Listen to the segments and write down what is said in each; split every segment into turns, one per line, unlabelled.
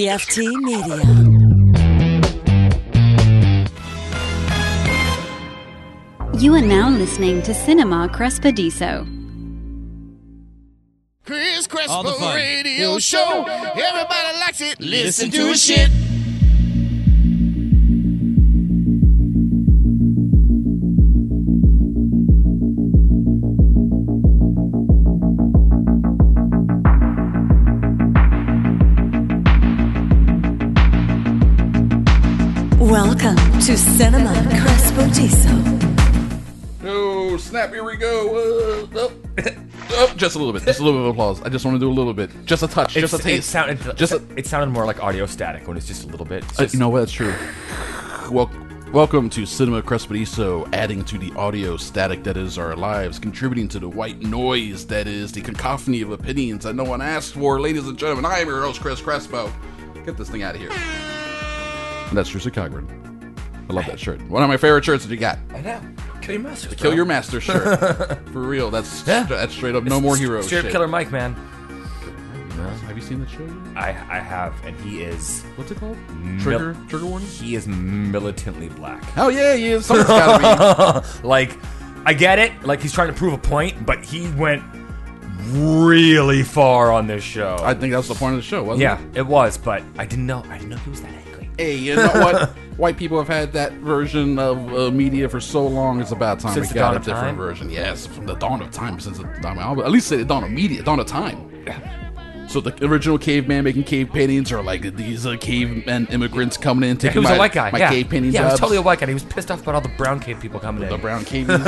PFT Media.
You are now listening to Cinema Crespediso.
Chris
All the
Crespo
fun.
Radio Show. Everybody likes it. Listen to it.
shit.
Welcome to Cinema Crespodiso.
No, snap, here we go. Uh, up. up. Just a little bit. Just a little bit of applause. I just want to do a little bit. Just a touch. just a
It's-
taste.
It sounded
Just
just
a-
it sounded more like audio static when it's just a little bit. It's
Uh,
just-
you know what? That's true. Wel- welcome to Cinema Crespediso, adding to the audio static that is our lives, contributing to the white noise that is the cacophony of opinions that no one asked for. Ladies and gentlemen, I am your host, Chris Crespo. Get this thing out of here. And that's Teresa Cogburn. I love that shirt. One of my favorite shirts that you got.
I know. Kill your masters.
Kill
bro.
your master shirt. For real. That's that's straight up no more heroes.
Straight up
shit.
killer Mike, man.
Have you seen the show?
I I have, and he is
What's it called?
mil-
Trigger trigger warning.
He is militantly black.
Oh yeah, yeah. Something's gotta
Like, I get it. Like he's trying to prove a point, but he went really far on this show.
be. I think that's the point of the show, wasn't
yeah,
it?
it was, but I didn't know. I didn't know he was that angry.
Hey, you know what? White people have had that version of uh, media for so long. It's about time
Since
we
the
got a
dawn of
different
time?
version. Yes, from the dawn of time. Since the I mean, I'll- at least say the dawn of media, dawn of time. So the original caveman making cave paintings, or like these uh, cavemen immigrants coming in
He
taking
was
my,
a white guy.
my
yeah,
cave painting
yeah, he was
jobs.
totally a white guy. He was pissed off about all the brown cave people coming in.
The brown cavies.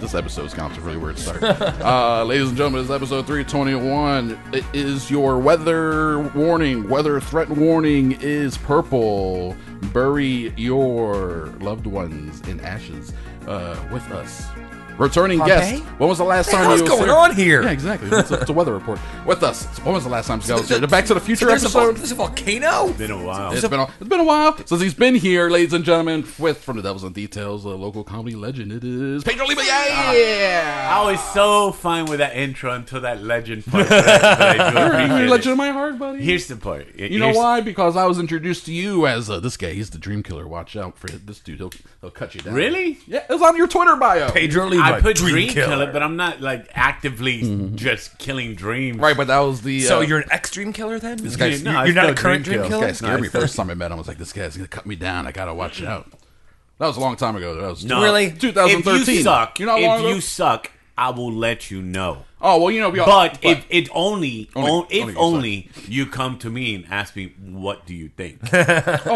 this episode's gone to a really weird start. uh, ladies and gentlemen, this is episode 321. It is your weather warning. Weather threat warning is purple. Bury your loved ones in ashes uh, with us. Returning guest. When was the last time
hell's
you was
going
here?
on here?
Yeah, exactly. It's a, it's a weather report. With us. When was the last time Scott was here? The Back to the Future
So there's, a, vol-
episode.
there's a volcano.
Been a while.
It's been, a, it's been a while since he's been here, ladies and gentlemen. With from the Devils and Details, a local comedy legend. It is Pedro Lima. Yeah,
I was so fine with that intro until that legend part. but I do appreciate
you're a
it.
legend of my heart, buddy.
Here's the part.
you know why? Because I was introduced to you as uh, this guy. He's the dream killer. Watch out for this dude. He'll he'll cut you down.
Really?
Yeah, it was on your Twitter bio.
Pedro Lima,
I put
Dream
Dream, Killer. but I'm not like actively just killing dreams.
Mm-hmm. Right, but that was the.
So
uh,
you're an ex Dream Killer then? This
guy's-
you're,
No,
you're
it's
not a
still
current Dream
Dream
Killer.
Killer.
This guy scared
No,
me
it's not.
first time I met him. I was like, this guy's gonna cut me down. I gotta watch out. That was a long time ago. That was
No.
Really?
If
2013.
you suck,
You know how long
if
ago?
you suck, I will let you know.
Oh well, you know. we all-
But if it only,
Only-
on,
only you
if
suck.
only you come to me and ask me what do you think,
oh,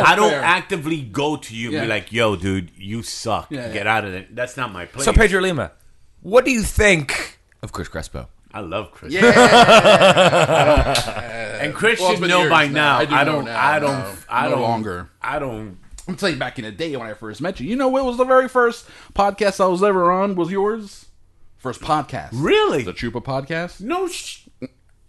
I don't
fair.
actively go to you and
Yeah.
be like, "Yo, dude, you suck.
Yeah, yeah.
Get out of it." That's not my place.
So Pedro Lima, what do you think of Chris Crespo?
I love Chris.
yeah,
And Chris
Well, it's
should
been
know
years
by
now.
now.
I
I,
do know
don't.
now,
I don't.
no.
I
No
don't.
longer.
I don't.
I'm telling you, back in the day when I first met you, you know what was the very first podcast I was ever on was yours? First podcast.
Really?
The Chupa podcast?
No. Sh-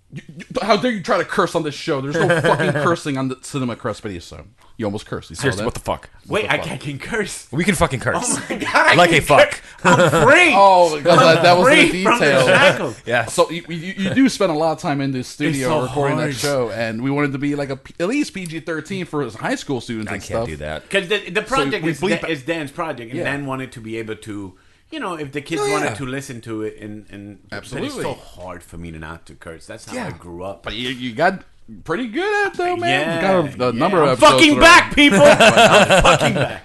You- How dare you try to curse on this show? There's no fucking cursing on the Cinema Crest video, so you almost cursed. You saw
Seriously,
that?
what the fuck?
Wait, I, I can curse.
We can fucking curse.
Oh my god! I
Like
can
a fuck.
curse. I'm free.
Oh, because that, that was the
free from the
detail.
shackles.
Yeah.
So you, you, you do spend a lot of time in the studio
so
recording
hard.
that show, and we wanted to be like a P- at least PG thirteen for high school students.
I
and
can't
stuff.
do that.
Because the, the project
we
is,
bleep
Da-
it.
is Dan's project, and
Yeah.
Dan wanted to be able to, you know, if the kids
yeah.
wanted to listen to it, and and but
Absolutely.
it's so hard for me to not to curse. That's how I
Yeah.
grew up.
But you, you got pretty good at it, though, man.
Yeah,
you got a, a
yeah.
number of
I'm
episodes that
fucking
are-
back, people. I'm fucking back.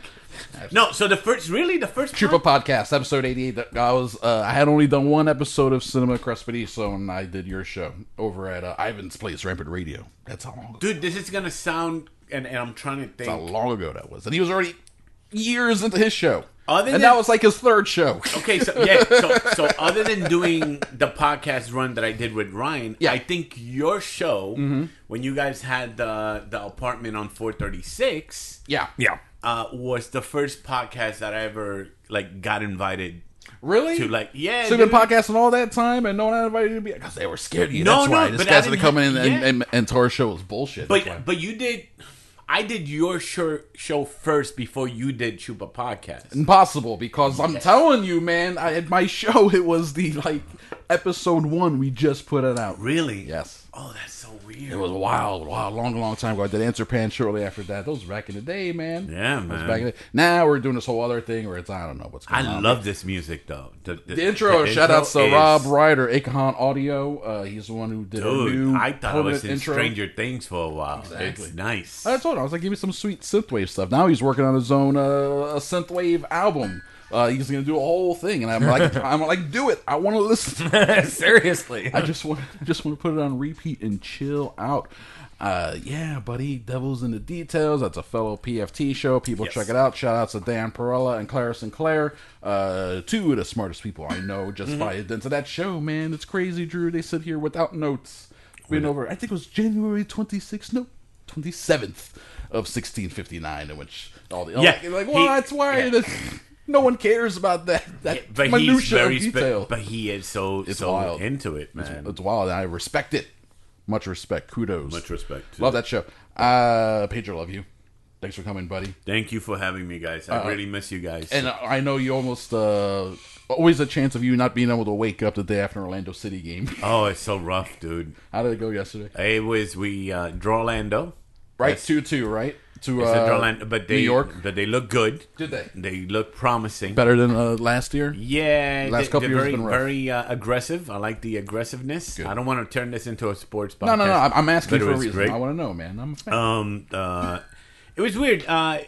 No, so the first, really, the first.
Chupa podcast episode 88 that i was uh, i had only done one episode of cinema crespediso and i did your show over at uh, ivan's place rampant radio that's how long ago,
dude, this is gonna sound, and, and I'm trying to think.
how long ago that was and he was already years into his show
Other
and
than-
that was like his third show
Okay, so yeah, so, so other than doing the podcast run that I did with Ryan,
Yeah. Mm-hmm.
I think your show when you guys had the the apartment on 436,
yeah
Yeah.
uh, was the first podcast that I ever like got invited
really
to. Like, yeah,
so you've been
dude.
podcasting all that time and no one invited you to be because they were scared of you
No,
that's
no,
why this
but I
guy's gonna
didn't
come in
have-
and,
yeah.
and, and to our show is bullshit That's why.
But but you did, I did your show, show first before you did Chupa podcast.
impossible because I'm telling you, man. I, at my show, it was the like episode one we just put it out.
Really?
Yes.
Oh, that's so weird.
It was wild, wild, long, long time ago. I did Answer Pan shortly after that. Those was back in the day, man.
Yeah,
That was
man.
back in the- now we're doing this whole other thing where it's, I don't know what's
I
going on.
love this music though. The, the-
The intro,
the
shout out to
intro is-
Rob Ryder, Akon Audio. Uh, he's the one who did a
Dude,
new
I thought I was
permanent
in
intro.
Stranger Things for a while. It's nice.
I told him I was like, give me some sweet synthwave stuff. Now he's working on his own uh, synthwave album. Uh, he's gonna do a whole thing, and I'm like, I'm like, do it. I want to listen.
Seriously.
I just want just want to put it on repeat and chill out. Uh, yeah, buddy. Devils in the details. That's a fellow PFT show. People check it out. Shout outs to Dan Perella and Clara Sinclair, uh, two of the smartest people I know just
Mm-hmm.
by into that show. Man, it's crazy, Drew. They sit here without notes. Been over. I think it was January twenty sixth. No, twenty seventh of sixteen fifty nine. In which all the
Yeah,
like, like
he-
well, that's why
yeah.
this, no one cares about that that
but he's
minutia
very
of
spe-
detail.
but he is so
It's
so
wild.
into it, man.
It's wild. and I respect it. Much respect. Kudos.
Much respect to
Love
it.
that show. Uh, Pedro, love you. Thanks for coming, buddy.
Thank you for having me, guys. I really miss you guys.
Uh, And uh, I know you almost uh, always a chance of you not being able to wake up the day after an Orlando City game.
oh, it's so rough, dude.
How did it go yesterday?
It was we uh, draw Lando.
Right, two two, right? To
It's a draw
uh,
Lando, but they
New York.
but they look good.
Did they?
They look promising.
Better than uh, last year.
Yeah,
Last
they-
couple
they're
years
very,
have been rough.
very uh, aggressive. I like the aggressiveness. I don't want to turn this into a sports podcast.
No, no, no. I'm I'm asking
but it
for a
was
reason.
great.
I want to know, man. I'm a fan.
Um, uh, it was weird. Uh,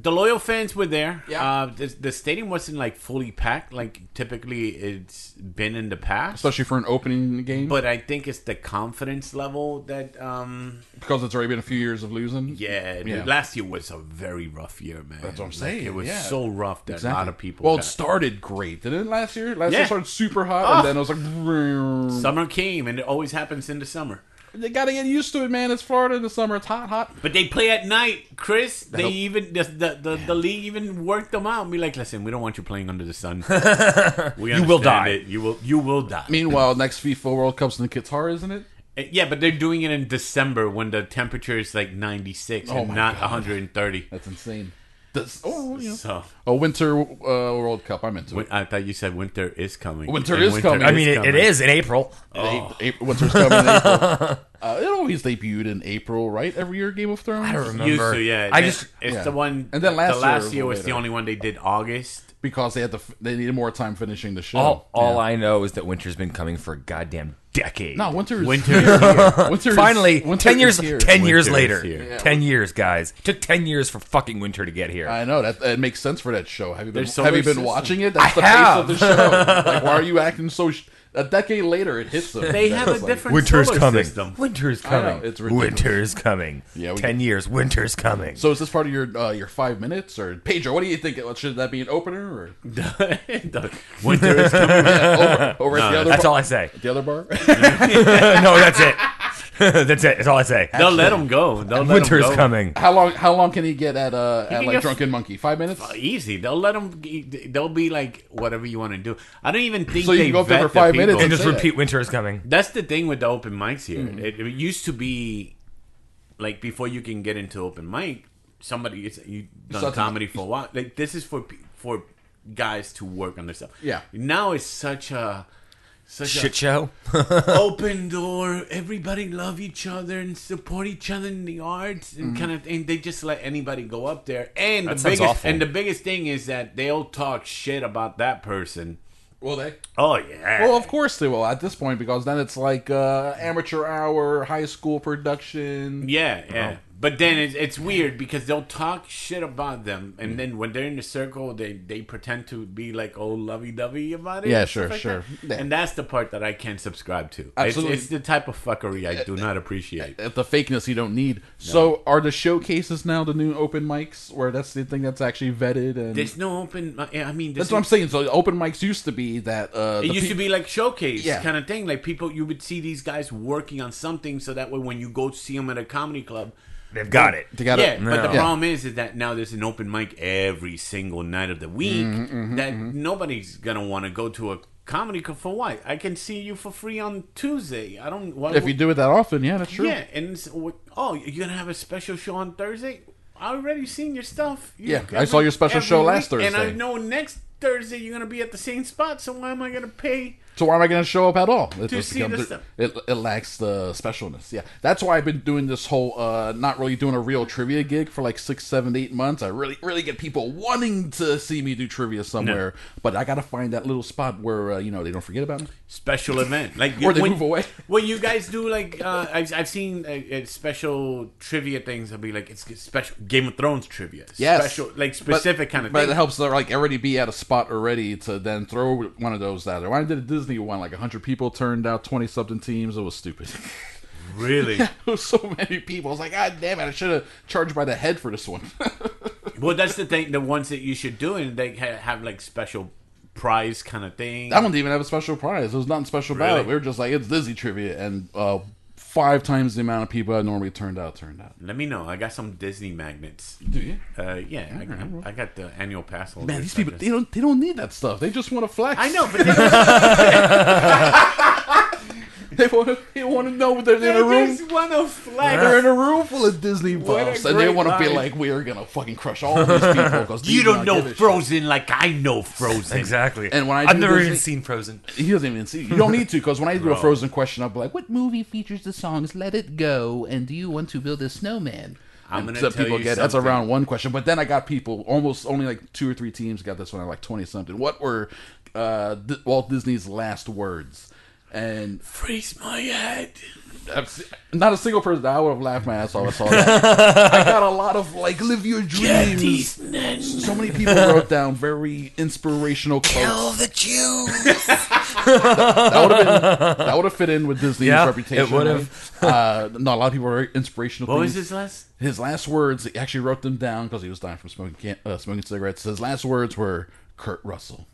the loyal fans were there.
Yeah.
Uh, the, the stadium wasn't like fully packed like typically it's been in the past.
Especially for an opening game,
but I think it's the confidence level that. Um,
because it's already been a few years of losing.
yeah,
Yeah.
last year was a very rough year, man.
That's what I'm
Like,
saying.
it was
yeah.
so rough that
Exactly.
a lot of people.
Well, it
got-
started great, didn't it? Last year, last year
Yeah.
started super hot,
Ah.
and then it was like,
summer came, and it always happens in the summer.
They gotta get used to it, man. It's Florida in the summer. It's hot, hot.
But they play at night, Chris. They
Nope.
even the the, the, the league even worked them out. and Be like, listen, we don't want you playing under the sun. We you
will die.
It. You will you will die.
Meanwhile, next FIFA World Cup's in Qatar, isn't it?
Uh, yeah, but they're doing it in December when the temperature is like 96
Oh
and
my
not
God.
130.
That's insane. This, oh, you know.
So
a winter uh, World Cup. I'm into
win-
it.
I thought you said winter is coming.
Winter
And
is coming.
I mean, it,
coming.
it is in April.
April,
Oh.
winter's coming. in April. Uh, it always debuted in April, right? Every year, Game of Thrones.
I don't remember.
Used to, yeah.
I
It-
just
it's
yeah.
the one.
And then last
the
year
last
was
year was
later.
the only one they did August.
because they had to. f- They needed more time finishing the show.
all all
Yeah.
I know is that winter's been coming for a goddamn decade.
no winter. Is
Winter
here.
is
Winter is-
Finally,
winter
ten
is
years.
here.
Ten years
Winter
later.
is here.
Ten years, guys. took ten years for fucking winter to get here.
I know that it makes sense for that show. Have you been
There's so
Have you
many
been
systems.
watching it? That's
I
the
have.
pace of the show. like, why are you acting so? Sh- a decade later, it hits them.
They
That's
have a
like-
different
Winter's
solar
coming.
system.
Winter's
I know,
coming.
it's ridiculous.
Winter's coming.
Yeah, we
ten
get-
years. Winter's coming.
So is this part of your uh, your five minutes or Pedro? What do you think? Uh, Should that be an opener or
The winter is coming. Uh,
over, over at the other
that's
bar?
all I say.
the other bar?
no, that's it. that's it. That's all I say.
They'll let them go. They'll let 'em
Winter's
go.
coming.
how long how long can he get at uh at
can
like
get-
drunken monkey? Five minutes.
Easy. They'll let them. They'll be like whatever you want to do. I don't even think
So you
they
can go up there
vet
for five
the people.
minutes
And just
Say that.
repeat. Winter is coming.
That's the thing with the open mics here.
Mm-hmm.
It, it used to be like before you can get into open mic, somebody it's, you done
Something-
comedy for a while. Like this is for pe- for guys to work on their stuff.
Yeah.
Now it's such a such
Shit
a
show.
open door. Everybody love each other and support each other in the arts and
Mm-hmm.
kind of and they just let anybody go up there. And
That
the
sounds
biggest
awful.
and the biggest thing is that they'll talk shit about that person.
Will they?
Oh yeah.
Well, of course they will at this point because then it's like uh, amateur hour, high school production.
Yeah, yeah. But then it's, it's weird because they'll talk shit about them,
Mm.
and then when they're in the circle, they, they pretend to be like all lovey dovey about it.
Yeah,
and
sure,
stuff like
sure.
that.
Yeah.
And that's the part that I can't subscribe to.
Absolutely.
It's, it's the type of fuckery I do not appreciate.
At the fakeness you don't need. So are the showcases now the new open mics where that's the thing that's actually vetted and
There's no open. I mean,
that's
there's
what I'm saying. So open mics used to be that uh,
It used to be like showcase
Yeah.
kind of thing. Like people, you would see these guys working on something, so that way when you go see them at a comedy club,
They've got it.
to get
yeah, but the
No.
problem is, is that now there's an open mic every single night of the week
Mm-hmm,
that nobody's gonna want to go to a comedy club for what? I can see you for free on Tuesday. I don't. Why,
if you do it that often, yeah, that's true.
yeah, and it's, oh, you're gonna have a special show on Thursday. I already seen your stuff. You-
Yeah, I saw your special
every
show last
and I
Thursday.
know next Thursday you're gonna be at the same spot. So why am I gonna pay?
So why am I going to show up at all? It
To
just
see the
becomes-
stuff.
It, it lacks the specialness. Yeah, that's why I've been doing this whole uh, not really doing a real trivia gig for like six, seven, eight months. I really, really get people wanting to see me do trivia somewhere, but I got to find that little spot where uh, you know they don't forget about me.
special event. Like
Or they move away.
When you guys do like, uh, I've, I've seen uh, uh, special trivia things. I'll be like, it's special Game of Thrones trivia.
Yes,
special like
But-
specific kind of
But
thing.
it helps to like already be at a spot already to then throw one of those out there. When I did a Disney one, like hundred people turned out twenty something teams. It was stupid.
Really?
It was so many people. I was like, God damn it! I should have charged by the head for this one.
well, that's the thing. The ones that you should do, and they ha- have like special prize kind of thing.
That one didn't even have a special prize. There was nothing special about
Really?
it. We were just like, it's Disney trivia, and uh, five times the amount of people that normally turned out turned out.
Let me know. I got some Disney magnets.
Do you?
Uh, yeah, I, I, I got the annual pass. holder,
Man, these
so I
people
just-
they don't they don't need that stuff. They just want to flex.
I know, but they,
They want to they want to know what they're in a
they
room.
just want to flex.
They're in a room full of Disney
What a
buffs, and they
great
want to be
line.
like, "We are gonna fucking crush all these people." 'cause these
You don't
not
know
give a shit."
Frozen like I know Frozen.
Exactly.
And when I
I've
do
never
those
even
thi-
seen Frozen.
He doesn't even see. You don't need to, because when I do a
Bro.
Frozen question, I'll be like, "What movie features the songs "Let It Go" and "Do You Want to Build a Snowman"?"
I'm
And
gonna
some
tell
people
you
get that's
something.
around one question, but then I got people almost only like two or three teams got this one at like twenty something. What were uh, D- Walt Disney's last words? And
Freeze my head.
I've se- not a single person I would have laughed my ass off. if I saw that. I got a lot of like "Live Your Dreams." So many people wrote down very inspirational quotes.
the Jews.
that would have been that would have fit in with Disney's
Yeah,
reputation.
it would've.
right? Uh, no, a lot of people are inspirational.
What was
things.
his Oh, last?
His last words? He actually wrote them down because he was dying from smoking can- uh, smoking cigarettes. His last words were Kurt Russell.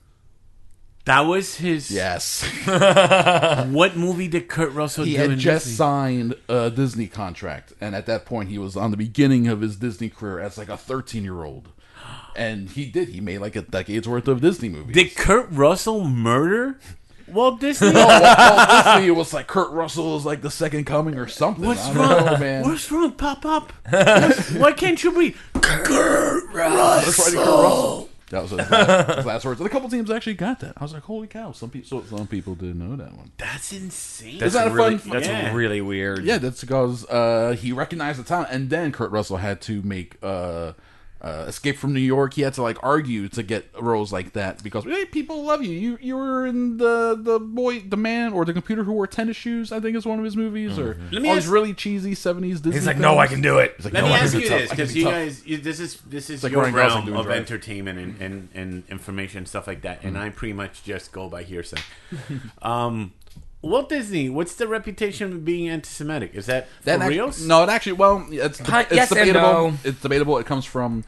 That was his.
Yes,
What movie did Kurt Russell
he
do in
had just
Disney?
signed a Disney contract, and at that point, he was on the beginning of his Disney career as like a thirteen year old. And he did. He made like a decade's worth of Disney movies.
Did Kurt Russell murder Walt Disney?
Walt- Walt Disney was like Kurt Russell is like the second coming or something.
What's
I don't
wrong,
know, man?
What's wrong? Pop up. What's- Why can't you breathe? Kurt
That's
Russell.
right, Kurt Russell. That was his last, his last words. And a couple teams actually got that. I was like, holy cow! Some people, so some people didn't know that one.
That's insane.
That's
that a
really,
fun-
That's
Yeah.
really weird.
Yeah, that's because uh, he recognized the talent, and then Kurt Russell had to make uh, uh, Escape from New York. He had to like argue to get roles like that because hey, people love you. You you were in the the boy, the man, or the computer who wore tennis shoes. I think is one of his movies, or
Mm-hmm.
Let me
all these
ask-
really cheesy seventies Disney.
He's like, no, I
films."
can do it.
He's like,
Let
"No,
me
I can
ask
be
you
tough.
this,
I can
because
be
you
tough."
guys, you, this is this is
like
your
Ryan Gosling
realm
doing
of
Drive.
entertainment and, and, and information stuff like that,
Mm-hmm.
and I pretty much just go by hearsay. um, Walt Disney, what's the reputation of being anti-Semitic? Is that,
That
for
act-
real?
No, it actually. Well, it's,
Hi-
it's
yes and
debatable.
no.
It's debatable. It comes from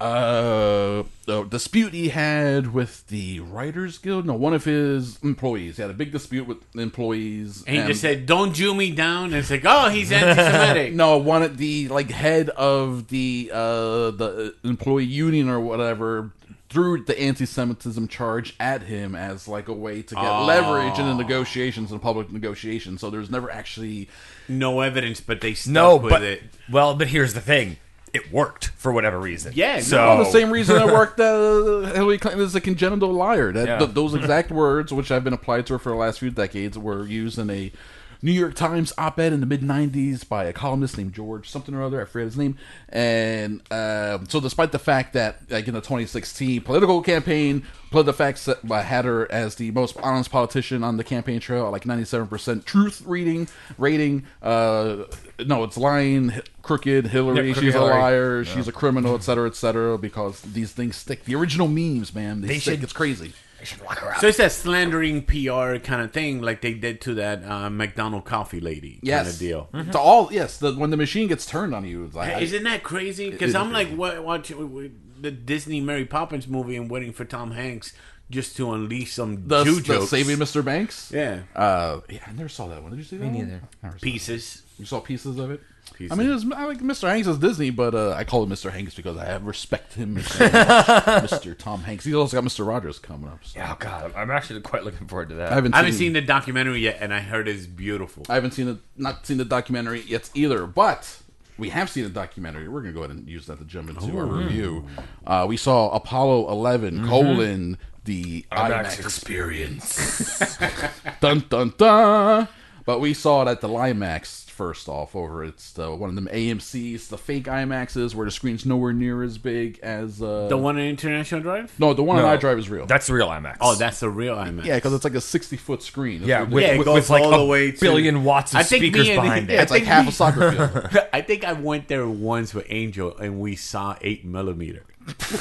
uh, the dispute he had with the Writers Guild. No, one of his employees. He had a big dispute with employees.
And he just said, "Don't Jew me down." And it's like, "Oh, he's anti-Semitic."
um, No, one of the like head of the uh the employee union or whatever threw the anti-Semitism charge at him as like a way to get leverage in the negotiations in public negotiations. So there's never actually
no evidence, but they stuck
No,
with
but
it.
well, but here's the thing: it worked for whatever reason.
Yeah, no,
so
Well, the same reason I worked uh, Hillary Clinton is a congenital liar. That
Yeah.
th- those exact words, which I've been applied to her for the last few decades, were used in a New York Times op-ed in the mid '90s by a columnist named George something or other. I forget his name. And uh, so, despite the fact that, like in the 2016 political campaign, political facts that I had her as the most honest politician on the campaign trail, like 97% truth reading rating. Uh, no, it's lying, h- crooked. Hillary,
Yeah, crooked
she's a
Hillary.
liar. She's a criminal, et cetera, et cetera, because these things stick. The original memes, man, they,
They
stick.
should-
It's crazy.
I should lock her up.
So it's that slandering PR kind of thing, like they did to that uh, McDonald coffee lady
Yes,
kind of deal.
To all, yes. The, when the machine gets turned on you, it's like,
Isn't that crazy? Because
It-
I'm
it-
like wa- watching the Disney Mary Poppins movie and waiting for Tom Hanks just to unleash some
the,
Jew
the
jokes.
saving Mr. Banks.
Yeah,
Uh, yeah, I never saw that one. Did you see that? Me
neither.
pieces.
You saw pieces of it.
Pieces.
I mean, it was, I like Mr. Hanks is Disney, but uh, I call him Mr. Hanks because I have respect him, so much. Mr. Tom Hanks. He's also got Mr. Rogers coming up. So.
Oh god, I'm actually quite looking forward to that.
I haven't.
I haven't seen the
Uh,
documentary yet, and I heard it's beautiful.
I haven't seen the not seen the documentary yet either. But we have seen a documentary. We're going to go ahead and use that to jump into our review. Uh, we saw Apollo 11
Mm-hmm.
colon the IMAX, experience. dun dun dun. But we saw it at the IMAX first off. Over it's the, one of them AMC's, the fake IMAXs where the screen's nowhere near as big as uh,
The one in International Drive?
no the one on
No.
iDrive is real.
That's the real IMAX.
Oh, that's a real IMAX.
yeah, because it's like a sixty foot screen. That's
yeah,
what
with,
they-
Yeah, it
with,
goes
with like
all
a
the way to-
billion watts of
I think me
speakers
and-
behind
yeah,
it's
it.
like half a soccer field.
I think I went there once with Angel and we saw 8 millimeter.
In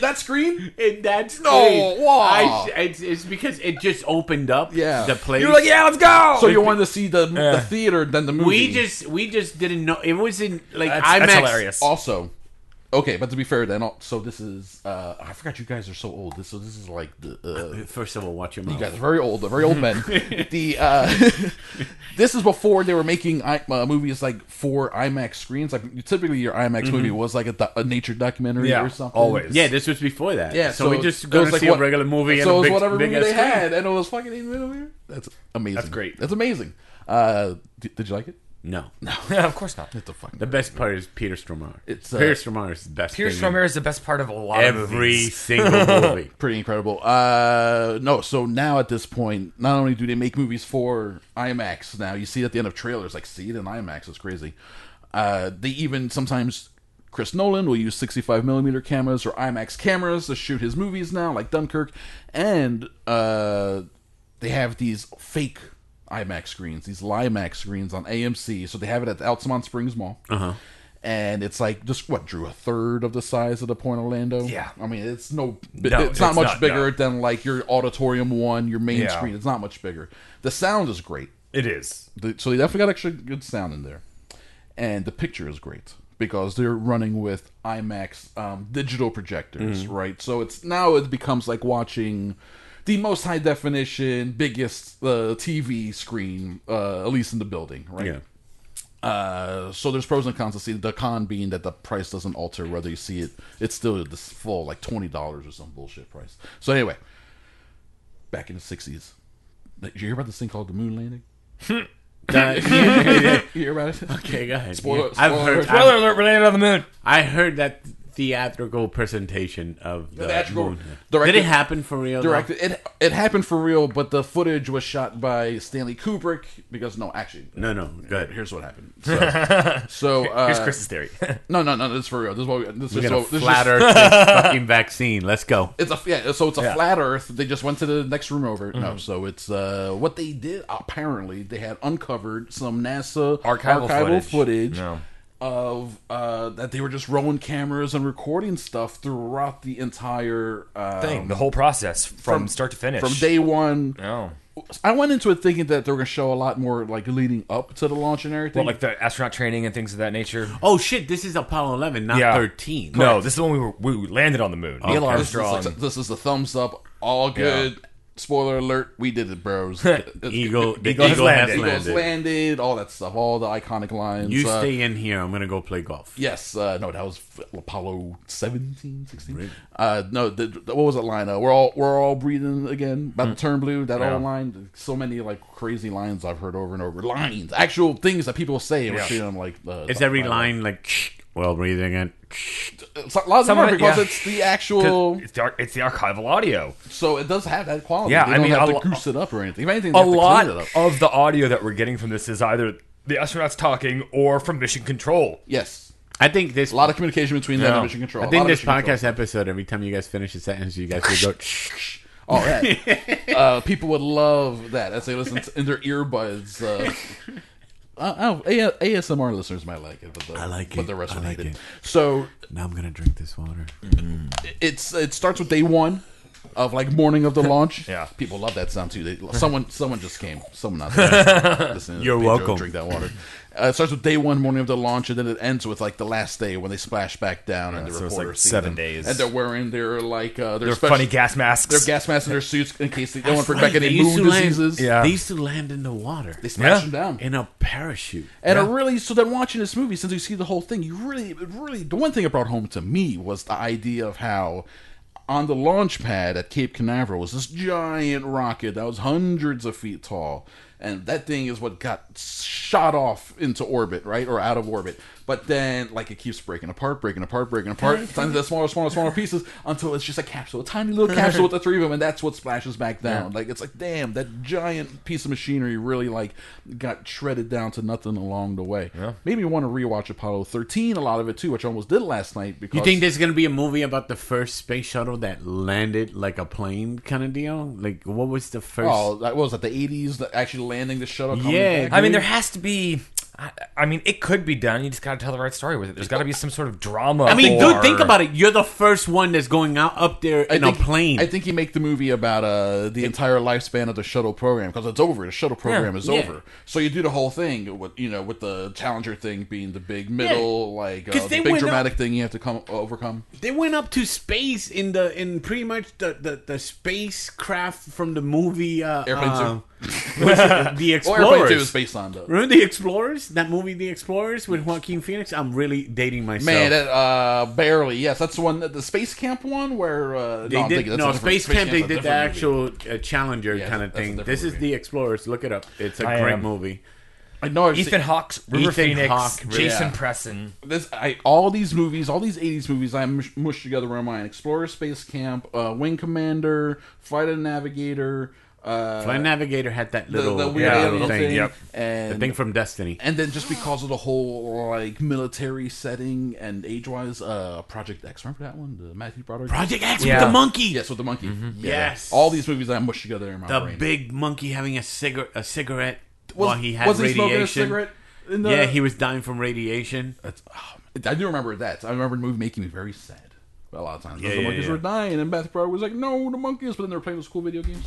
that screen?
And that's
No,
great.
wow.
I, it's, it's because it just opened up
Yeah.
the place.
You're like, yeah, let's go.
So you wanted to see the,
Yeah.
the theater than the movie?
We just we just didn't know it wasn't like
that's,
IMAX.
that's hilarious.
also okay, but to be fair, then al- so this is uh, I forgot you guys are so old. This so this is like the. Uh,
First of all, watch your mouth.
you guys are very old. They're very old men. the uh, this is before they were making I, uh, movies like for IMAX screens. Like typically, your IMAX movie was like a, do- a nature documentary
Yeah,
or something.
always.
Mm-hmm. yeah, this was before that.
Yeah,
so, we just go
it
to
was like
see
what-
a regular movie.
So it was
and a big,
whatever
big
movie
ass
they
screen.
had, and it was fucking eight millimeter. That's amazing. That's
great.
That's amazing. Uh, d- did you like it?
No, no.
Yeah, of course not.
It's a fucking
The best part is Peter Stormare.
It's, uh,
Peter Stormare is the best.
Pierce
thing in
Stormare is the best part of a lot of
every
movies.
single movie.
pretty incredible. Uh, no, so now at this point, not only do they make movies for IMAX, now you see it at the end of trailers, like see it in IMAX is crazy. Uh, they even sometimes Chris Nolan will use 65 millimeter cameras or IMAX cameras to shoot his movies now, like Dunkirk, and uh, they have these fake IMAX screens, these LIMAX screens on AMC. So they have it at the Altamont Springs Mall. And it's like just what drew a third of the size of the Point Orlando.
Yeah.
I mean it's no
No,
it's not
it's
much
not,
bigger
no.
than like your auditorium one, your main
Yeah.
screen. It's not much bigger. The sound is great,
It is.
The- so they definitely got extra good sound in there, and the picture is great because they're running with IMAX um, digital projectors,
Mm-hmm.
right? So it's now it becomes like watching the most high definition, biggest uh, TV screen, uh, at least in the building, right?
Yeah.
Uh, so there's pros and cons to see the con being that the price doesn't alter whether you see it it's still this full like twenty dollars or some bullshit price so anyway back in the 60s did you hear about this thing called the moon landing
Uh,
you hear about it
okay, go ahead.
Spoiler- spoiler
I've heard.
alert.
I've-
Spoiler alert: related on the moon.
I heard that theatrical presentation of the
theatrical-
moon.
directed-
Did it happen for real? though?
directed it it happened for real but the footage was shot by stanley kubrick because no actually
No, no. Good.
here's what happened so, so uh,
Here's Chris's theory.
no no no this is for real this is what we, this
we
is
got a
what, this is
flat Earth this fucking vaccine. Let's go.
It's a yeah, so it's a
Yeah. Mm-hmm.
flat Earth. They just went to the next room over. No, so it's uh, what they did. Apparently, they had uncovered some NASA
Archival
footage,
footage. No.
of uh, that they were just rolling cameras and recording stuff throughout the entire uh,
Thing, the whole process from, start to finish. Oh.
from day one.
No.
I went into it thinking that they were going to show a lot more, like leading up to the launch and everything.
Well, like the astronaut training and things of that nature.
Oh shit! This is Apollo 11, not 13.
No, this is when we were we landed on the moon. Neil
this, is
Armstrong.
like- this is the thumbs up, all good. Spoiler alert: We did it, bros.
Eagle. The
Eagle
eagle,
has
has landed.
landed.
Eagles landed, all that stuff, all the iconic lines.
You
uh,
stay in here. I'm gonna go play golf.
Yes, uh, no, that was f- Apollo 17, 16. Uh, no, the, the- what was that line? Uh, we're all we're all breathing again. About the turn blue, that
Yeah.
old line. So many like crazy lines I've heard over and over. Lines, actual things that people say. Yeah.
Yeah.
I'm like, uh,
Is every line like? Shh, well, breathing in.
It's a lot of
Some
them
of
are
it,
because
yeah.
it's the actual.
it's, the, ar- it's the archival audio.
So it does have that quality.
Yeah,
they
I
don't
mean,
have
a
to
lo-
goose it up or anything. If anything, they
A
have to
lot
clean it up.
of the audio that we're getting from this is either the astronauts talking or from mission control.
Yes,
I think this.
a lot of communication between them
Yeah.
and mission control.
I
A
think
lot of
this
mission control.
podcast episode. Every time you guys finish a sentence, you guys would go. Shh,
All that. uh, people would love that as they listen to, in their earbuds. Uh, uh, oh, A- ASMR listeners might like it, but the,
I like
but
it.
the rest
I
would
like
hate it.
it.
So
Now I'm gonna drink this water.
it's it starts with day one of like morning of the launch.
Yeah.
people love that sound too. They, someone someone just came. Someone out there. Listen to
You're
Pedro
welcome.
Drink that water. Uh, it starts with day one, morning of the launch, and then it ends with like the last day when they splash back down and the
Yeah, so it's, like,
reporters see
seven
them.
days.
and they're wearing their like uh, their
They're
special-
funny gas masks.
their gas masks and their suits in case they don't want to bring
Right,
back
they
any
used
moon
to land-
diseases.
Yeah.
They used to land in the water
They smash
Yeah.
them down.
in a parachute.
And I really, so then watching this movie, since you see the whole thing, you really, it really, the one thing it brought home to me was the idea of how on the launch pad at Cape Canaveral was this giant rocket that was hundreds of feet tall. and that thing is what got shot off into orbit, right, or out of orbit. But then, like, it keeps breaking apart, breaking apart, breaking apart, into the smaller, smaller, smaller pieces until it's just a capsule, a tiny little capsule with the three of them, and that's what splashes back down. Like, it's like, damn, that giant piece of machinery really like got shredded down to nothing along the way. Yeah. Made me want to rewatch Apollo 13, a lot of it too, which I almost did last night because
You think there's gonna be a movie about the first space shuttle that landed like a plane kind of deal? Like what was the first?
Oh, that what was that the eighties, the actually landing the shuttle. Coming
Yeah,
back?
I mean, there has to be. I, I mean, it could be done. You just got to tell the right story with it. There's got to be some sort of drama.
I mean,
or...
dude, think about it. You're the first one that's going out up there
I
in
think,
a plane.
I think he make the movie about uh, the entire lifespan of the shuttle program because it's over. The shuttle program is
yeah.
over, so you do the whole thing. With, you know, with the Challenger thing being the big middle, like uh,
'Cause they
the big
went
dramatic thing you have to come overcome.
they went up to space in the in pretty much the the, the spacecraft from the movie uh,
Airplane
uh,
two.
what's it, the
Well, Airplane Two is
Explorers.
based on the
Remember the Explorers? That movie, The Explorers, with Joaquin Phoenix. I'm really dating myself.
man that uh, barely. Yes, that's the one, that- the space camp one where uh,
They
no, I'm
did
thinking that's a
no
different-
space camp. They
Camp's a
did the
different movie.
actual uh, Challenger
Yeah,
kind of
that's a
thing.
different
This is
movie.
the Explorers. Look it up. It's a
I
great
am-
movie.
I know I've
Ethan
seen-
Hawke, River
Ethan
Phoenix,
Hawke, really.
Jason
Yeah.
Presson.
this I all these movies, all these '80s movies, I mush, mushed together in my mind. Explorer, Space Camp, uh, Wing Commander, Flight of the Navigator, uh,
Flight Navigator had that
the,
little,
the weird
yeah,
alien
little
thing,
thing, yep.
and
the thing from Destiny.
and then just because of the whole like military setting and age-wise, uh, Project X. Remember that one, the Matthew Broderick
Project X
Yeah.
with the monkey.
Yes, with the monkey. Yeah,
Mm-hmm. Yes.
all these movies I mushed together in my
the
brain.
big monkey having a cigarette, a cigarette
was,
while he had
was
radiation.
He smoking a cigarette in the-
yeah, he was dying from radiation.
That's, oh, I do remember that. I remember the movie making me very sad. A lot of times, 'Cause
Yeah,
the
yeah,
monkeys
yeah.
were dying, and Beth Brown was like, "No, the monkeys!" But then they were playing those cool video games.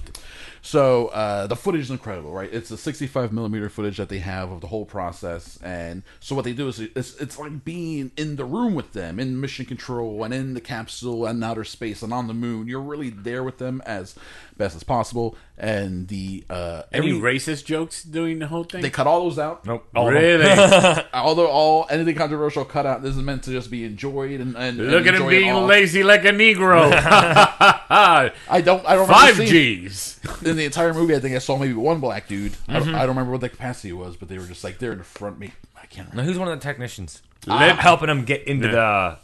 So uh, the footage is incredible, right? It's a 65 millimeter footage that they have of the whole process, and so what they do is it's, it's like being in the room with them in mission control and in the capsule and outer space and on the moon. You're really there with them as best as possible, and the uh,
Any
every
racist jokes during the whole thing?
they cut all those out.
Nope. all of them.
really?
Although all anything controversial cut out, this is meant to just be enjoyed and, and and
Look at him
enjoy it
being
all.
lazy like a Negro.
I don't. I don't.
Five
remember seeing-
G's.
In the entire movie, I think I saw maybe one black dude. I,
Mm-hmm.
don't, I don't remember what the capacity was, but they were just like they're in front of me. I can't.
No,
remember.
who's one of the technicians?
Lip-
helping him get into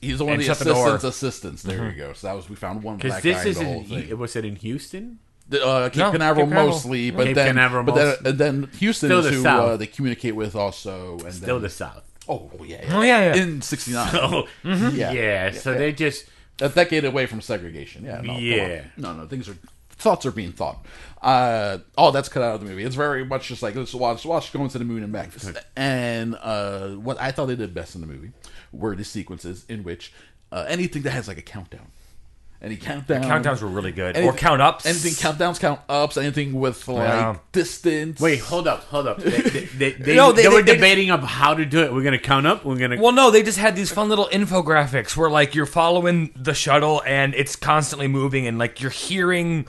He's the one of
And
the
shut the door.
assistants. assistants. There
Mm-hmm.
you go. So that was we found one
Because
black
this
guy in
is
the whole
in,
thing.
was it in Houston?
The, uh, Cape
No,
Canaveral
Cape Canaveral.
mostly, but
Cape
then
Canaveral
but then,
most-
and then Houston
Still
is
the
who
South.
uh, they communicate with also, and
Still
then,
the South.
oh yeah,
Oh, yeah, yeah.
in '69,
Oh,
yeah,
yeah. So they just
a decade away from segregation. Yeah, no, come on.
Yeah.
no, no, things are thoughts are being thought. Uh, all that's cut out of the movie. It's very much just like let's watch, watch going to the moon and back. And uh, what I thought they did best in the movie were the sequences in which uh, anything that has like a countdown. Any countdown?
countdowns were really good.
Anything-
or count ups.
Anything countdowns, count ups, anything with like
Yeah.
distance.
wait. Hold up, hold up. They, they, they, they,
No, they-
they were
they- they-
debating of how to do it. We're gonna count up. We're gonna.
Well, no, they just had these fun little infographics where like you're following the shuttle and it's constantly moving and like you're hearing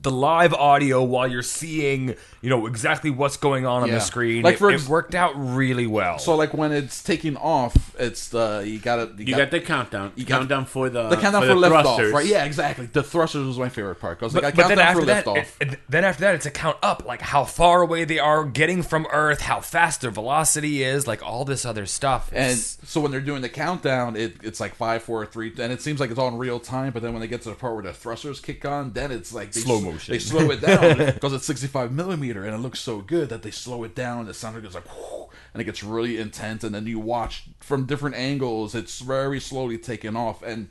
the live audio while you're seeing, you know, exactly what's going on on
Yeah.
the screen.
Like,
it,
for
it
ex-
worked out really well.
So like when it's taking off, it's the you got to
you got the countdown. You
got-
countdown for the
the countdown for,
the
left
thrusters.
off, right? Yeah, exactly. The thrusters was my favorite part because like I
but then
countdown for
after
left
that,
off.
it- it- then after that, it's a count up, like how far away they are getting from Earth, how fast their velocity is, like all this other stuff.
And
It's-
so when they're doing the countdown, it, it's like five, four, three, and it seems like it's all in real time. But then when they get to the part where the thrusters kick on, then it's like they,
Slow motion.
They slow it down because it's sixty-five millimeter, and it looks so good that they slow it down. The sound goes like, whoo, and it gets really intense. And then you watch from different angles; it's very slowly taking off. And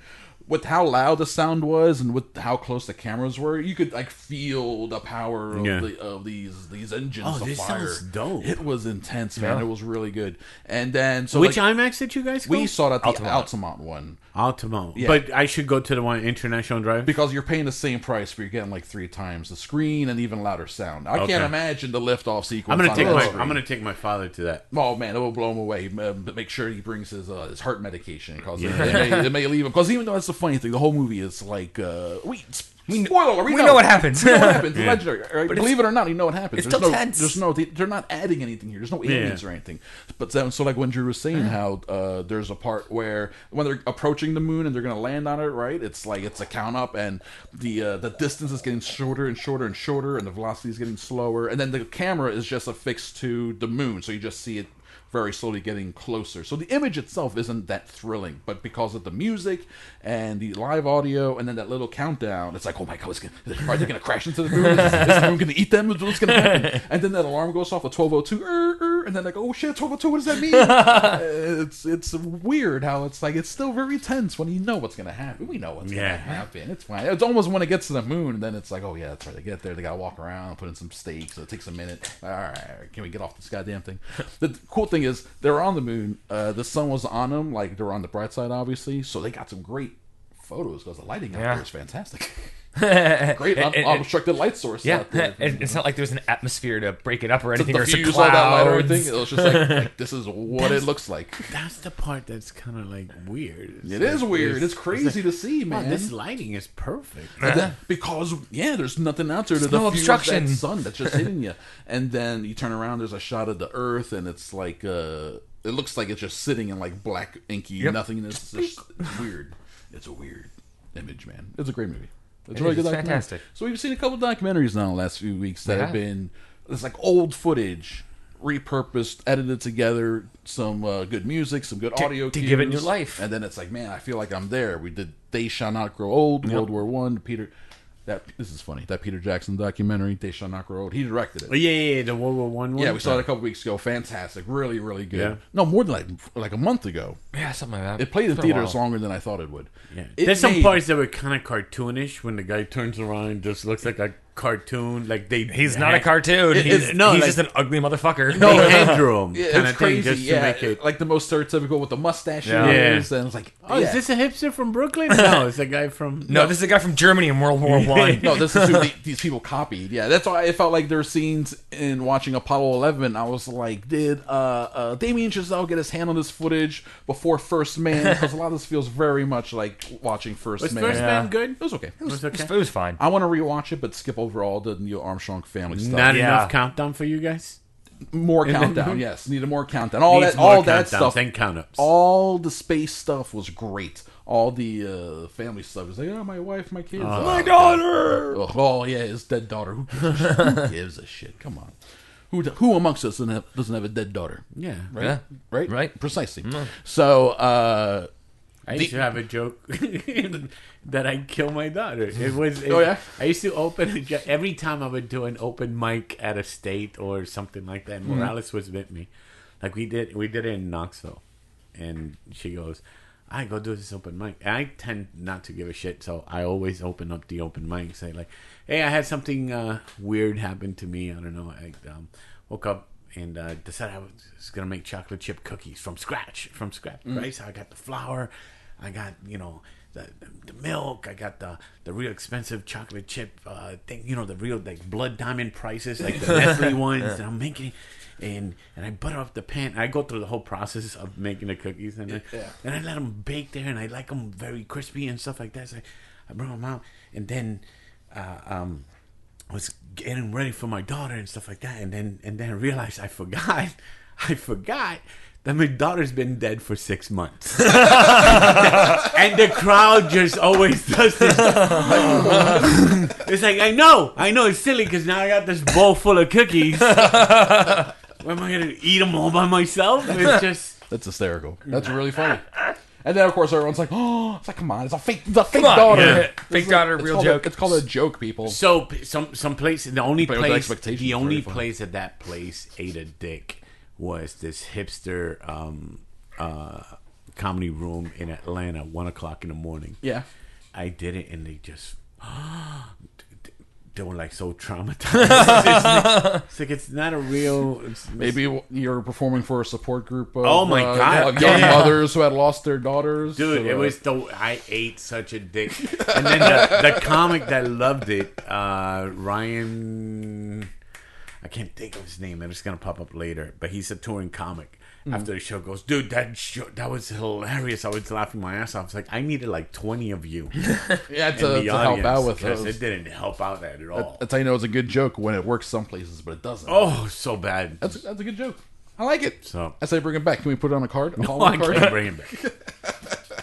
with how loud the sound was, and with how close the cameras were, you could like feel the power of,
Yeah.
the, of these these engines.
Oh,
of
this
fire.
sounds dope.
It was intense, man. It was really good. And then so
Which
like,
IMAX did you guys go?
we saw that the Altamont, one
Altamont. But I should go to the one International Drive.
because you're paying the same price, but you're getting like three times the screen and even louder sound. I can't
Okay.
imagine the liftoff sequence.
I'm gonna
on
take
that
my
screen.
I'm gonna take my father to that.
Oh man, uh, it will blow him away. Um, But make sure he brings his uh, his heart medication because it, may, it may leave him. Because even though it's the funny thing. The whole movie is like uh, we.
We kn-
spoiler, alert,
we know what happens.
We know what happens. It's
Yeah.
legendary. all right?
But
Believe it
it's-
or not, you know what happens.
it's
there's
still
no,
tense.
There's no. They, they're not adding anything here. There's no aliens or anything. But so, so like when Drew was saying how uh, there's a part where when they're approaching the moon and they're gonna land on it, right? It's like it's a count up, and the uh, the distance is getting shorter and shorter and shorter, and the velocity is getting slower, and then the camera is just affixed to the moon, so you just see it very slowly getting closer. So the image itself isn't that thrilling, but because of the music and the live audio and then that little countdown, it's like, oh my god, it's gonna, are they going to crash into the moon? Is, is the moon going to eat them? Is what's going to happen? And then that alarm goes off at 1202, er, er, and then like, oh shit, 1202, what does that mean? Uh, it's it's weird how it's like, it's still very tense when you know what's going to happen. We know what's going
Yeah.
to happen. It's fine. It's almost when it gets to the moon, then it's like, oh yeah, that's right. They get there, they got to walk around, put in some stakes. So it takes a minute. All right, can we get off this goddamn thing? The cool thing is they were on the moon. Uh, the sun was on them, like they were on the bright side, obviously. So they got some great photos because the lighting out
Yeah.
there is fantastic.
Great,
great un- unobstructed light source.
Yeah,
out there.
it- it's not like there's an atmosphere to break it up or
To
anything, or some
diffuse all that light or
clouds.
anything. It was just like, like, this is what it looks like.
That's the part that's kind of like weird. It's
It is
like,
weird. It's crazy to see,
wow,
man.
this lighting is perfect.
That- because yeah, there's nothing out there to
no
diffuse
obstruction.
that sun that's just hitting you. And then you turn around, there's a shot of the Earth, and it's like uh, it looks like it's just sitting in like black inky
Yep.
nothingness. It's just it's weird. It's a weird image, man. It's a great movie. It's a really
is.
good.
It's
documentary.
fantastic.
So we've seen a couple documentaries now in the last few weeks that have
have.
been it's like old footage. Repurposed, edited together, some uh, good music, some good audio
to give it new
cues.
life.
And then it's like, man, I feel like I'm there. We did "They Shall Not Grow Old," World War One. Peter, that this is funny. That Peter Jackson documentary, "They Shall Not Grow Old." He directed it.
But yeah, Oh, yeah, yeah, the World War One.
Yeah, we saw it a couple weeks ago. Fantastic, really, really good.
Yeah.
No, more than like like a month ago.
Yeah, something like that.
It played in
It's been a
theaters
while.
longer than I thought it would. It
There's some
made-
parts that were kind of cartoonish when the guy turns around and just looks like a cartoon. Like they
He's not a cartoon.
It-
he's
it's- no,
he's
like-
just an ugly motherfucker.
No, Andrew him
Yeah, it's
kind of thing
crazy.
just
yeah,
to make it.
like the most stereotypical with the mustache
Yeah.
ears, and it's like,
Oh,
yeah.
is this a hipster from Brooklyn? No, it's a guy from.
No, this is a guy from Germany in World War One.
No, this is who the, these people copied. Yeah, that's why I felt like there were scenes in watching Apollo 11. I was like, did uh, uh, Damien Chazelle get his hand on this footage before First Man? Because a lot of this feels very much like watching First
was
Man.
First Man good?
It was okay. It was-
It's okay.
It was fine.
I want to rewatch it, but skip over all the Neil Armstrong family stuff.
Not
Yeah.
enough countdown for you guys.
more countdown, yes. Need a more countdown. All
Needs
that,
more
all that
countdowns
stuff.
than count-ups.
All the space stuff was great. All the uh, family stuff is like, oh, my wife, my kids, Oh,
My daughter.
Ugh, Oh yeah, his dead daughter. Who gives a shit? Who gives a shit? Come on. Who who amongst us doesn't have, doesn't have a dead daughter?
Yeah. Mm.
Right.
Yeah.
Right.
Right.
Precisely. So uh,
I used to have a joke that I kill my daughter. It was. it-
Oh, yeah?
I used to open a jo- every time I would do an open mic at a state or something like that. Morales was with me. Like we did, we did it in Knoxville, and she goes, "I go do this open mic." And I tend not to give a shit, so I always open up the open mic and say like, "Hey, I had something uh, weird happen to me. I don't know. I um, woke up." and uh, decided I was gonna make chocolate chip cookies from scratch, from scratch, right? So I got the flour, I got you know the, the milk, I got the the real expensive chocolate chip uh, thing, you know the real like blood diamond prices, like the Nestle ones. And I'm making, and and I butter up the pan. I go through the whole process of making the cookies, and I, and I let them bake there, and I like them very crispy and stuff like that. So I, I bring them out, and then. Uh, um, was getting ready for my daughter and stuff like that, and then and then I realized I forgot, I forgot that my daughter's been dead for six months, and the crowd just always does this. it's like I know, I know it's silly because now I got this bowl full of cookies. What am I gonna eat them all by myself? It's just
that's hysterical. That's really funny. And then of course everyone's like, oh, it's like come on, it's a fake, the fake
on,
daughter,
yeah.
It's
Fake
like-
daughter,
it's
real
called
joke.
A, it's called a joke, people.
so p- some some place. The only
Play with the
place,
expectations,
the only
very funny.
place that that place ate a dick was this hipster um, uh, comedy room in Atlanta, one o'clock in the morning.
Yeah.
I did it, and they just they were like so traumatized. it's like it's not a real. It's,
Maybe you're performing for a support group. Of,
Oh my
uh,
God,
of young
yeah.
mothers who had lost their daughters.
dude
So,
it
uh,
was the i ate such a dick and then the, the comic that loved it uh ryan i can't think of his name it's gonna pop up later but he's a touring comic
Hmm.
after the show goes, dude, that show, that was hilarious. I was laughing my ass off. It's like I needed like twenty of you
Yeah,
in
to,
the
to
audience
help out with
because
those.
it didn't help out at all.
That's how you know it's a good joke when it works some places, but it doesn't.
oh, so bad.
that's that's a good joke. I like it.
So-
I say bring it back. Can we put it on a card? A
Oh,
Hallmark
I
card?
can't bring it back.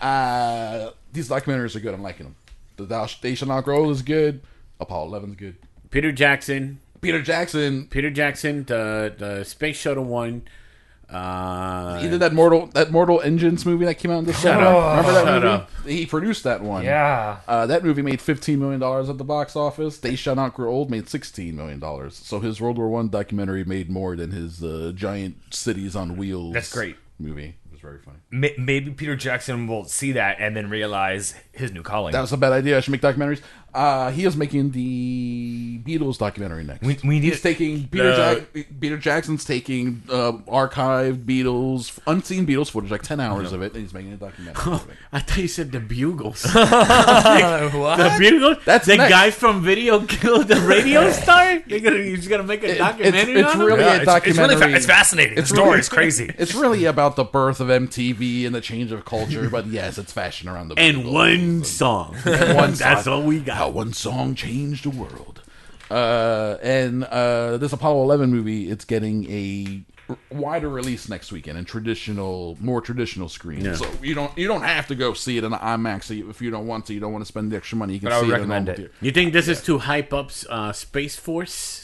Uh, these documentaries are good. I'm liking them. The Thou Sh- They Shall Not Grow is good. Apollo 11's good.
Peter Jackson,
Peter Jackson.
Peter Jackson, the the Space Shuttle one. Uh,
He did that Mortal that Mortal Engines movie that came out in this
Shut
summer.
up.
Remember that
Shut
movie?
up.
He produced that one.
Yeah.
Uh, that movie made fifteen million dollars at the box office. They Shall Not Grow Old made sixteen million dollars. So his World War One documentary made more than his uh, giant cities on wheels.
That's great.
movie. It was very funny.
Ma- Maybe Peter Jackson will see that and then realize his new calling.
That was a bad idea. I should make documentaries. Uh, he is making the Beatles documentary next.
We- we need-
He's taking Peter,
The-
Jack- Peter Jackson's taking uh, archived Beatles, unseen Beatles footage, like ten hours of it, and he's making a documentary. of it.
I thought you said the Bugles.
Uh, what?
The Bugles?
That's
the
next.
guy from Video Killed the Radio Star? They're gonna, he's gonna make a
It-
documentary
it's,
on
it's
him?
really
Yeah,
a
it's- it's really
documentary.
fa- it's fascinating. The
really-
story's crazy.
It's really about the birth of MTV and the change of culture. But yes, it's fashion around the
And
Beatles.
one song.
And one
That's
song.
all we
How
got.
one song changed the world. Uh, and uh, this Apollo 11 movie, it's getting a r- wider release next weekend in traditional, more traditional screens.
Yeah.
So you don't you don't have to go see it in the IMAX if you don't want to. You don't want to spend the extra money. You can
But I
see
would
it in
recommend
normal
it.
theater.
You think this is to hype up uh, Space Force?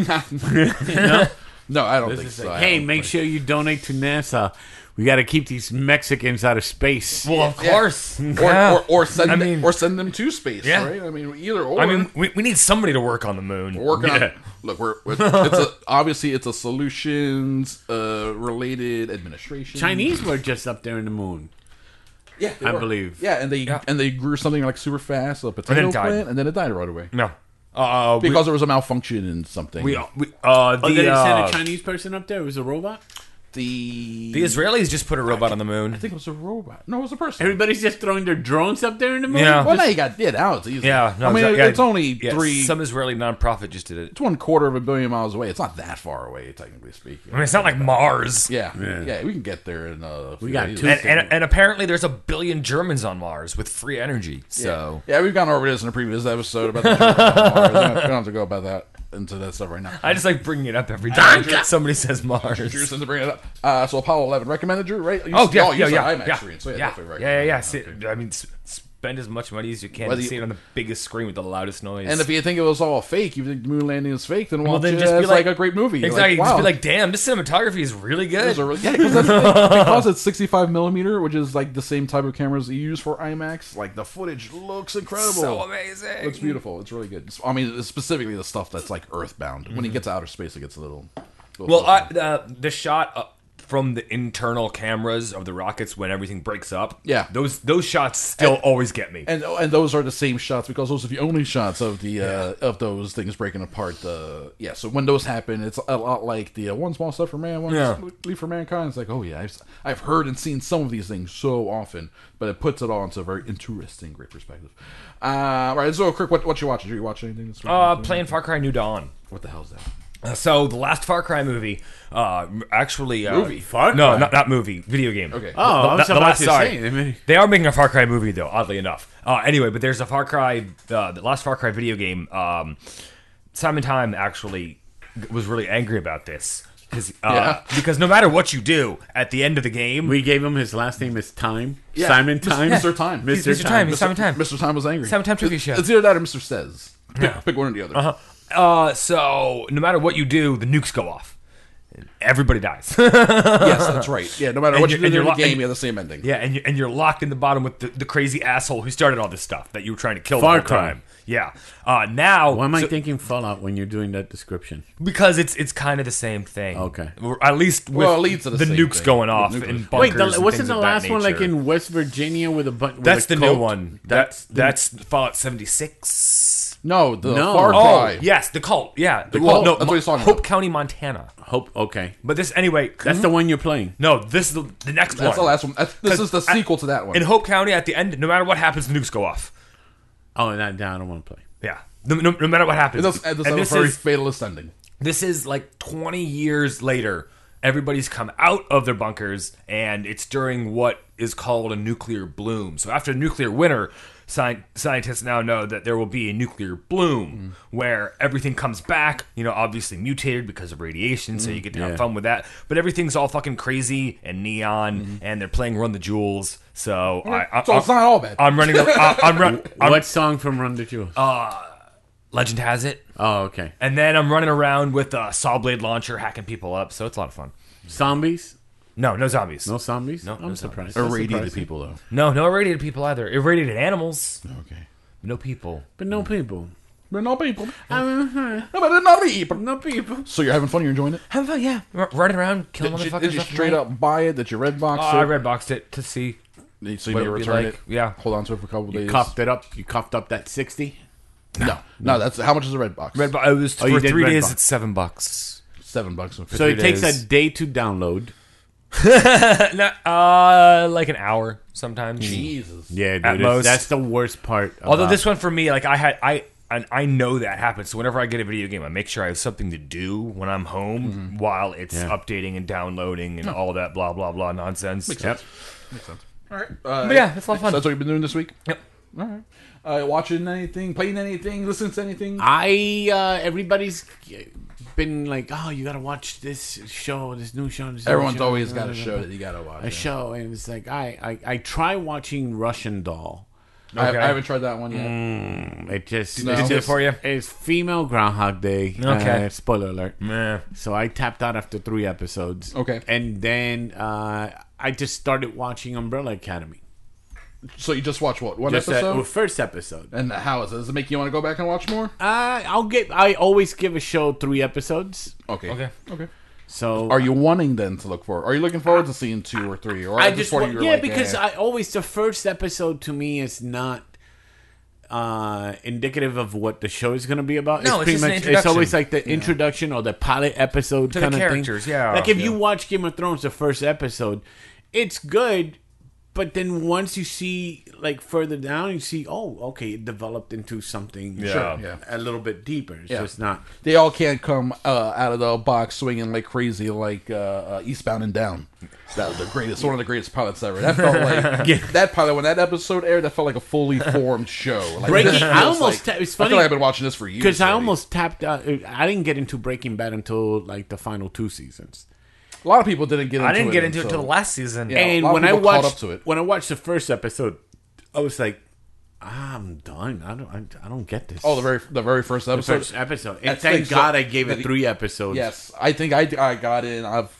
No, I don't
This
think
is
so.
like,
I
hey,
don't
make
think-
sure you donate to NASA. We gotta keep these Mexicans out of space.
well, of
Yeah.
course.
Or,
Yeah.
or, or send
I
them-
mean-
or send them to space,
Yeah.
right? I mean, either or.
I mean, we, we need somebody to work on the moon.
We're working
Yeah.
on. Look, we're it's a, obviously it's a solutions uh, related administration.
Chinese were just up there in the moon.
yeah, they
I
were.
believe.
Yeah, and they
Yeah.
and they grew something like super fast, a potato
it died.
plant, and then it died right away
no. Uh, we-
because there was a malfunction in something.
we, we, uh, the,
Oh, did they send
uh,
a Chinese person up there? It was a robot?
the
the Israelis just put a robot on the moon.
I think it was a robot. No, it was a person.
Everybody's just throwing their drones up there in the moon?
Yeah.
well, now you got yeah, now it's easy.
Yeah, no,
I mean,
exa-
it-
yeah,
it's only
yeah,
three.
Some Israeli nonprofit just did it.
it's one quarter of a billion miles away. It's not that far away, technically speaking.
I mean, it's not like Mars.
Yeah,
Yeah.
yeah, we can get there in uh, we
got two
And, and, and apparently, there's a billion Germans on Mars with free energy. So
Yeah, we've gone over this in a previous episode about the Germans on Mars. We don't have to go about that into that stuff right now.
I just like bringing it up every time somebody says
Drew
Mars.
says to bring it up. Uh, so Apollo 11 recommended Drew, right? You
Oh
said-
yeah,
you
yeah,
said
yeah,
IMAX
yeah,
screen, so
yeah,
yeah,
yeah,
definitely
yeah,
recommend
yeah.
it.
See, I mean, s- spend as much money as you can
Whether
to
you-
see it on the biggest screen with the loudest noise.
And if you think it was all fake, you think the moon landing is fake, then watch it as like, a great movie. Like,
Exactly.
wow,
Just be like, damn, this cinematography is really
it
good.
was a really- yeah, 'cause that's the thing. because it's 65 millimeter, which is like the same type of cameras you use for IMAX. Like the footage looks incredible.
so amazing.
Looks beautiful. It's really good. I mean, specifically the stuff that's like earthbound. When he gets to outer space, it gets a little. little
Mm-hmm. Well, I, uh, the shot uh, from the internal cameras of the rockets when everything breaks up.
Yeah.
those those shots still always get me.
and and those are the same shots because those are the only shots of the uh, of those things breaking apart. The yeah, so when those happen, it's a lot like the uh, one small step for man, one
Yeah.
leap for mankind. It's like oh yeah, I've s- I've heard and seen some of these things so often, but it puts it all into a very interesting, great perspective. Uh, right, so quick, what what you watching? Did you watch anything this week?
uh, playing Far Cry New Dawn.
what the hell's that?
Uh, So the last Far Cry movie, uh, m- actually, uh,
Movie?
Far
No,
Cry?
not, not movie, video game.
Okay.
Oh, I was about to
sorry.
say, I mean-
they are making a Far Cry movie though, oddly enough. Uh, anyway, but there's a Far Cry, uh, the last Far Cry video game. Um, Simon Time actually g- was really angry about this because uh,
Yeah.
because no matter what you do at the end of the game,
We gave him his last name is Time.
Yeah.
Simon Time.
Mr. Time.
Mr.
He's Mr. Time.
Time.
He's Simon Time.
Mr. Time was angry.
Simon Time trivia
It's-
show.
It's either that or Mr. Says. Pick, pick one or the other.
Uh, so no matter what you do, the nukes go off. Everybody dies.
Yes, that's right. Yeah, no matter
And
what you
you're-
do
and
in
you're
the
lo-
game,
and-
you have the same ending.
yeah, and you and you're locked in the bottom with the, the crazy asshole who started all this stuff that you were trying to kill.
Far
the whole
Cry.
time. Yeah. Uh, now
Why am I
so-
thinking Fallout when you're doing that description?
because it's it's kind of the same thing.
Okay.
Or at least with
Well, it leads to the
the,
same
nukes
thing.
going off
Nuclear.
in
Wait,
bunkers.
the,
and
wasn't
things
the
of that
last one like
nature.
in West Virginia with a bunch?
That's the
cult?
new one. That's that's Fallout 76.
No, the
No.
Far
Oh,
Cry.
yes, the cult. Yeah, the
cult?
No,
That's what he's talking
Hope
about.
County, Montana.
Hope. Okay,
But this anyway.
that's the one you're playing.
No, this is the, the next one.
That's the last one. That's, this
'Cause
is the
I-
sequel to that one.
In Hope County, at the end, no matter what happens, the nukes go off.
Oh, that, that I don't want to play.
Yeah. No, no, no matter what happens.
That's, that's
and
a
this
very
is,
fatalist ending.
this is like 20 years later, Everybody's come out of their bunkers, and it's during what is called a nuclear bloom. So after a nuclear winter, sci- scientists now know that there will be a nuclear bloom
Mm.
where everything comes back. You know, obviously mutated because of radiation, so you get to have
yeah.
fun with that. But everything's all fucking crazy and neon, and they're playing Run the Jewels. So I, I,
Mm-hmm. So it's not all bad.
I'm running. the- I, I'm run, I'm, Uh,
what song from Run the Jewels?
Legend has it.
oh, okay.
And then I'm running around with a saw blade launcher, hacking people up. So it's a lot of fun.
Zombies?
No, no zombies.
No zombies?
No,
I'm
no
surprised.
Or
That's
radiated
surprising.
people, though.
no, no irradiated people either. Irradiated animals.
Okay.
No people.
But no people.
But no people.
Uh-huh.
No, but not people.
No people.
So you're having fun? You're enjoying it?
Have fun, yeah. R- running around, killing
Did you,
motherfuckers.
did you
left and
straight
right.
up buy it? Did you red box
Oh,
it?
I red boxed it to see.
so you
what
never
it'd be
returned
like.
it?
Yeah.
Hold on to it for a couple days.
Coughed it up. You coughed up that 60?
No, no, that's how much is a red box?
Red box. It was
Oh, you
for
did
three
red
days.
box.
It's seven bucks.
seven bucks. And
So it takes
days.
a day to download.
No, uh, like an hour sometimes.
Jesus.
Yeah, dude.
At
it's-
most.
That's the worst part.
Although
about-
this one for me, like I had, I and I know that happens. So whenever I get a video game, I make sure I have something to do when I'm home
Mm-hmm.
while it's updating and downloading
Hmm.
and all that blah blah blah nonsense.
Yep.
All right. Uh,
But yeah, it's a lot of fun.
That's what you've been doing this week.
Yep.
Uh, watching anything, playing anything, listening to anything.
I uh, everybody's been like, oh, you gotta watch this show, this new show. This new
Everyone's
show,
always
blah,
got a
blah,
show
blah,
that you gotta
a
watch.
show, and it's like I, I I try watching Russian Doll.
yeah. I,
Okay. Mm.
I haven't tried that one yet.
It just
No.
it's
Is it
just-
for you?
It's female Groundhog Day.
Okay.
Uh, spoiler alert.
Meh.
So I tapped out after three episodes.
Okay.
And then uh, I just started watching Umbrella Academy.
So you just watch what one
Just that
episode?
well, first episode.
and how is it? Does it make you want to go back and watch more?
Uh, I'll get. I always give a show three episodes.
Okay.
Okay.
Okay.
So
Are you wanting then to look for? Are you looking forward to seeing two or three? Or
I
at this
just
point
want,
you're
yeah,
like,
because
eh.
I always the first episode to me is not uh indicative of what the show is going to be about.
No, it's just an
it's always
introduction.
like the introduction or the pilot episode
To the
kind of
characters,
thing.
yeah.
like if you
Yeah.
watch Game of Thrones, the first episode, it's good. But then once you see like further down, you see oh okay, it developed into something
Sure,
yeah.
a little bit deeper. It's
Yeah.
just not
they all can't come uh, out of the box swinging like crazy, like uh, uh, Eastbound and Down. That was the greatest, one of the greatest pilots ever. That felt like that pilot when that episode aired. That felt like a fully formed show. Like,
Breaking-
this
I
feels
almost
like-
ta- it's
I
funny-
feel like I've been watching this for years
because I
already.
almost tapped out. I didn't get into Breaking Bad until like the final two seasons.
a lot of people didn't get. Into
I didn't get into it
until-
till last season.
Yeah. a
and
lot of
when I
people caught
watched
up to it.
when I watched the first episode, I was like, I'm done. I don't. I, I don't get this.
Oh, the very the very first
The
episode.
first episode. And
That's
thank
things
God
that-
I gave
that-
it three episodes.
Yes, I think I, I got in. I've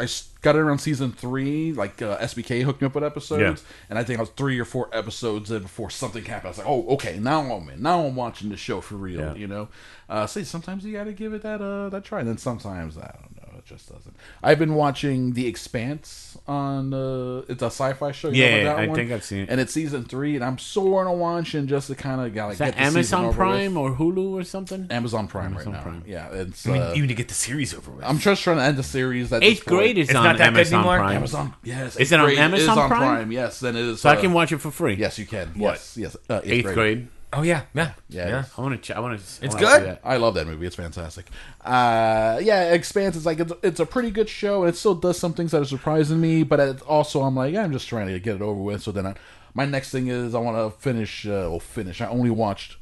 I s- got in around season three. Like uh, SBK hooked me up with episodes,
Yeah.
and I think I was three or four episodes in before something happened. I was like, oh, okay, now I'm in. Now I'm watching the show for real.
Yeah.
You know, uh, see, sometimes you got to give it that uh, that try, and then sometimes I don't know, it just doesn't. I've been watching The Expanse on uh, it's a sci-fi show. You know
Yeah,
about that
I
one?
think I've seen it.
and it's season three, and I'm soaring on watching just to kind of like
Is that
get the season
Amazon
over
Prime
with.
or Hulu or something?
Amazon Prime
Amazon
right now.
Prime.
Yeah, it's.
I mean,
uh,
even to get the series over with.
I'm just trying to end the series. That
Eighth grade is
It's
on
not that good
Amazon
anymore?
Prime.
Amazon. Yes,
Is
eighth
it on
grade
Amazon
is on
Prime?
Yes, then it is.
so I
uh,
can watch it for free.
Yes, you can.
What?
Yes, yes. Uh, eighth,
Eighth grade.
oh yeah, yeah,
Yeah,
yeah.
I want to. Ch- I want to.
It's good?
I love that movie. It's fantastic. Uh, yeah, Expanse is like it's, it's a pretty good show, and it still does some things that are surprising me. But it also, I'm like, yeah, I'm just trying to get it over with. So then, I, my next thing is I want to finish. Uh, well, finish. I only watched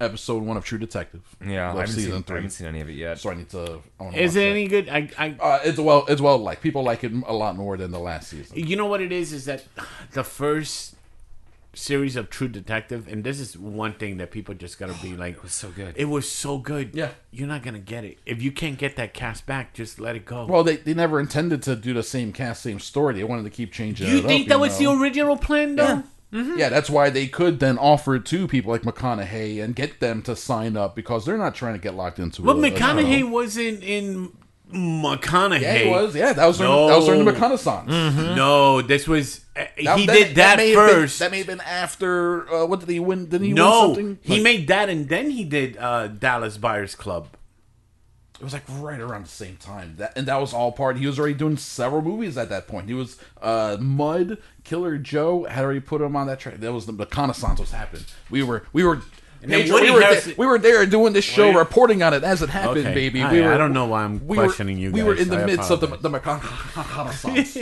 episode one of True Detective.
Yeah,
Of
I, haven't
season
seen, I
three.
haven't seen any of it yet.
so I need to. I wanna
Is
watch
it
that.
any good? I. I
Uh, it's well. It's well liked. People like it a lot more than the last season.
you know what it is is that the first series of True Detective, and this is one thing that people just gotta be like, it was
so good.
It was so good.
Yeah.
you're not gonna get it if you can't get that cast back. Just let it go.
Well, they, they never intended to do the same cast, same story. They wanted to keep changing.
you
it
think
up,
that
you
was Mm-hmm.
know?
the original plan, though?
Yeah, that's why they could then offer it to people like McConaughey and get them to sign up because they're not trying to get locked into.
But
a- a
McConaughey
show.
wasn't in McConaughey.
yeah, he was. Yeah, that was during, that was during the
No. Mm-hmm.
McConaissance.
No, this was uh,
That-
he
that-
did that,
may have been-
first.
that may have been after. Uh, what did he win? Didn't he
no,
win something?
he
Like,
made that, and then he did uh, Dallas Buyers Club.
It was like right around the same time. That and that was all part. He was already doing several movies at that point. He was uh, Mud, Killer Joe had already put him on that track. That was the, the reconnaissance was happening. We were we were
And then
Pedro,
Woody
we, were
Harrelson-
there, we were there doing this show,
Were you-
reporting on it as it happened,
Okay.
baby.
I-
we were,
I don't know why I'm
we
questioning
were,
you
We were
guys.
in the
I
midst of the the macabre sauce,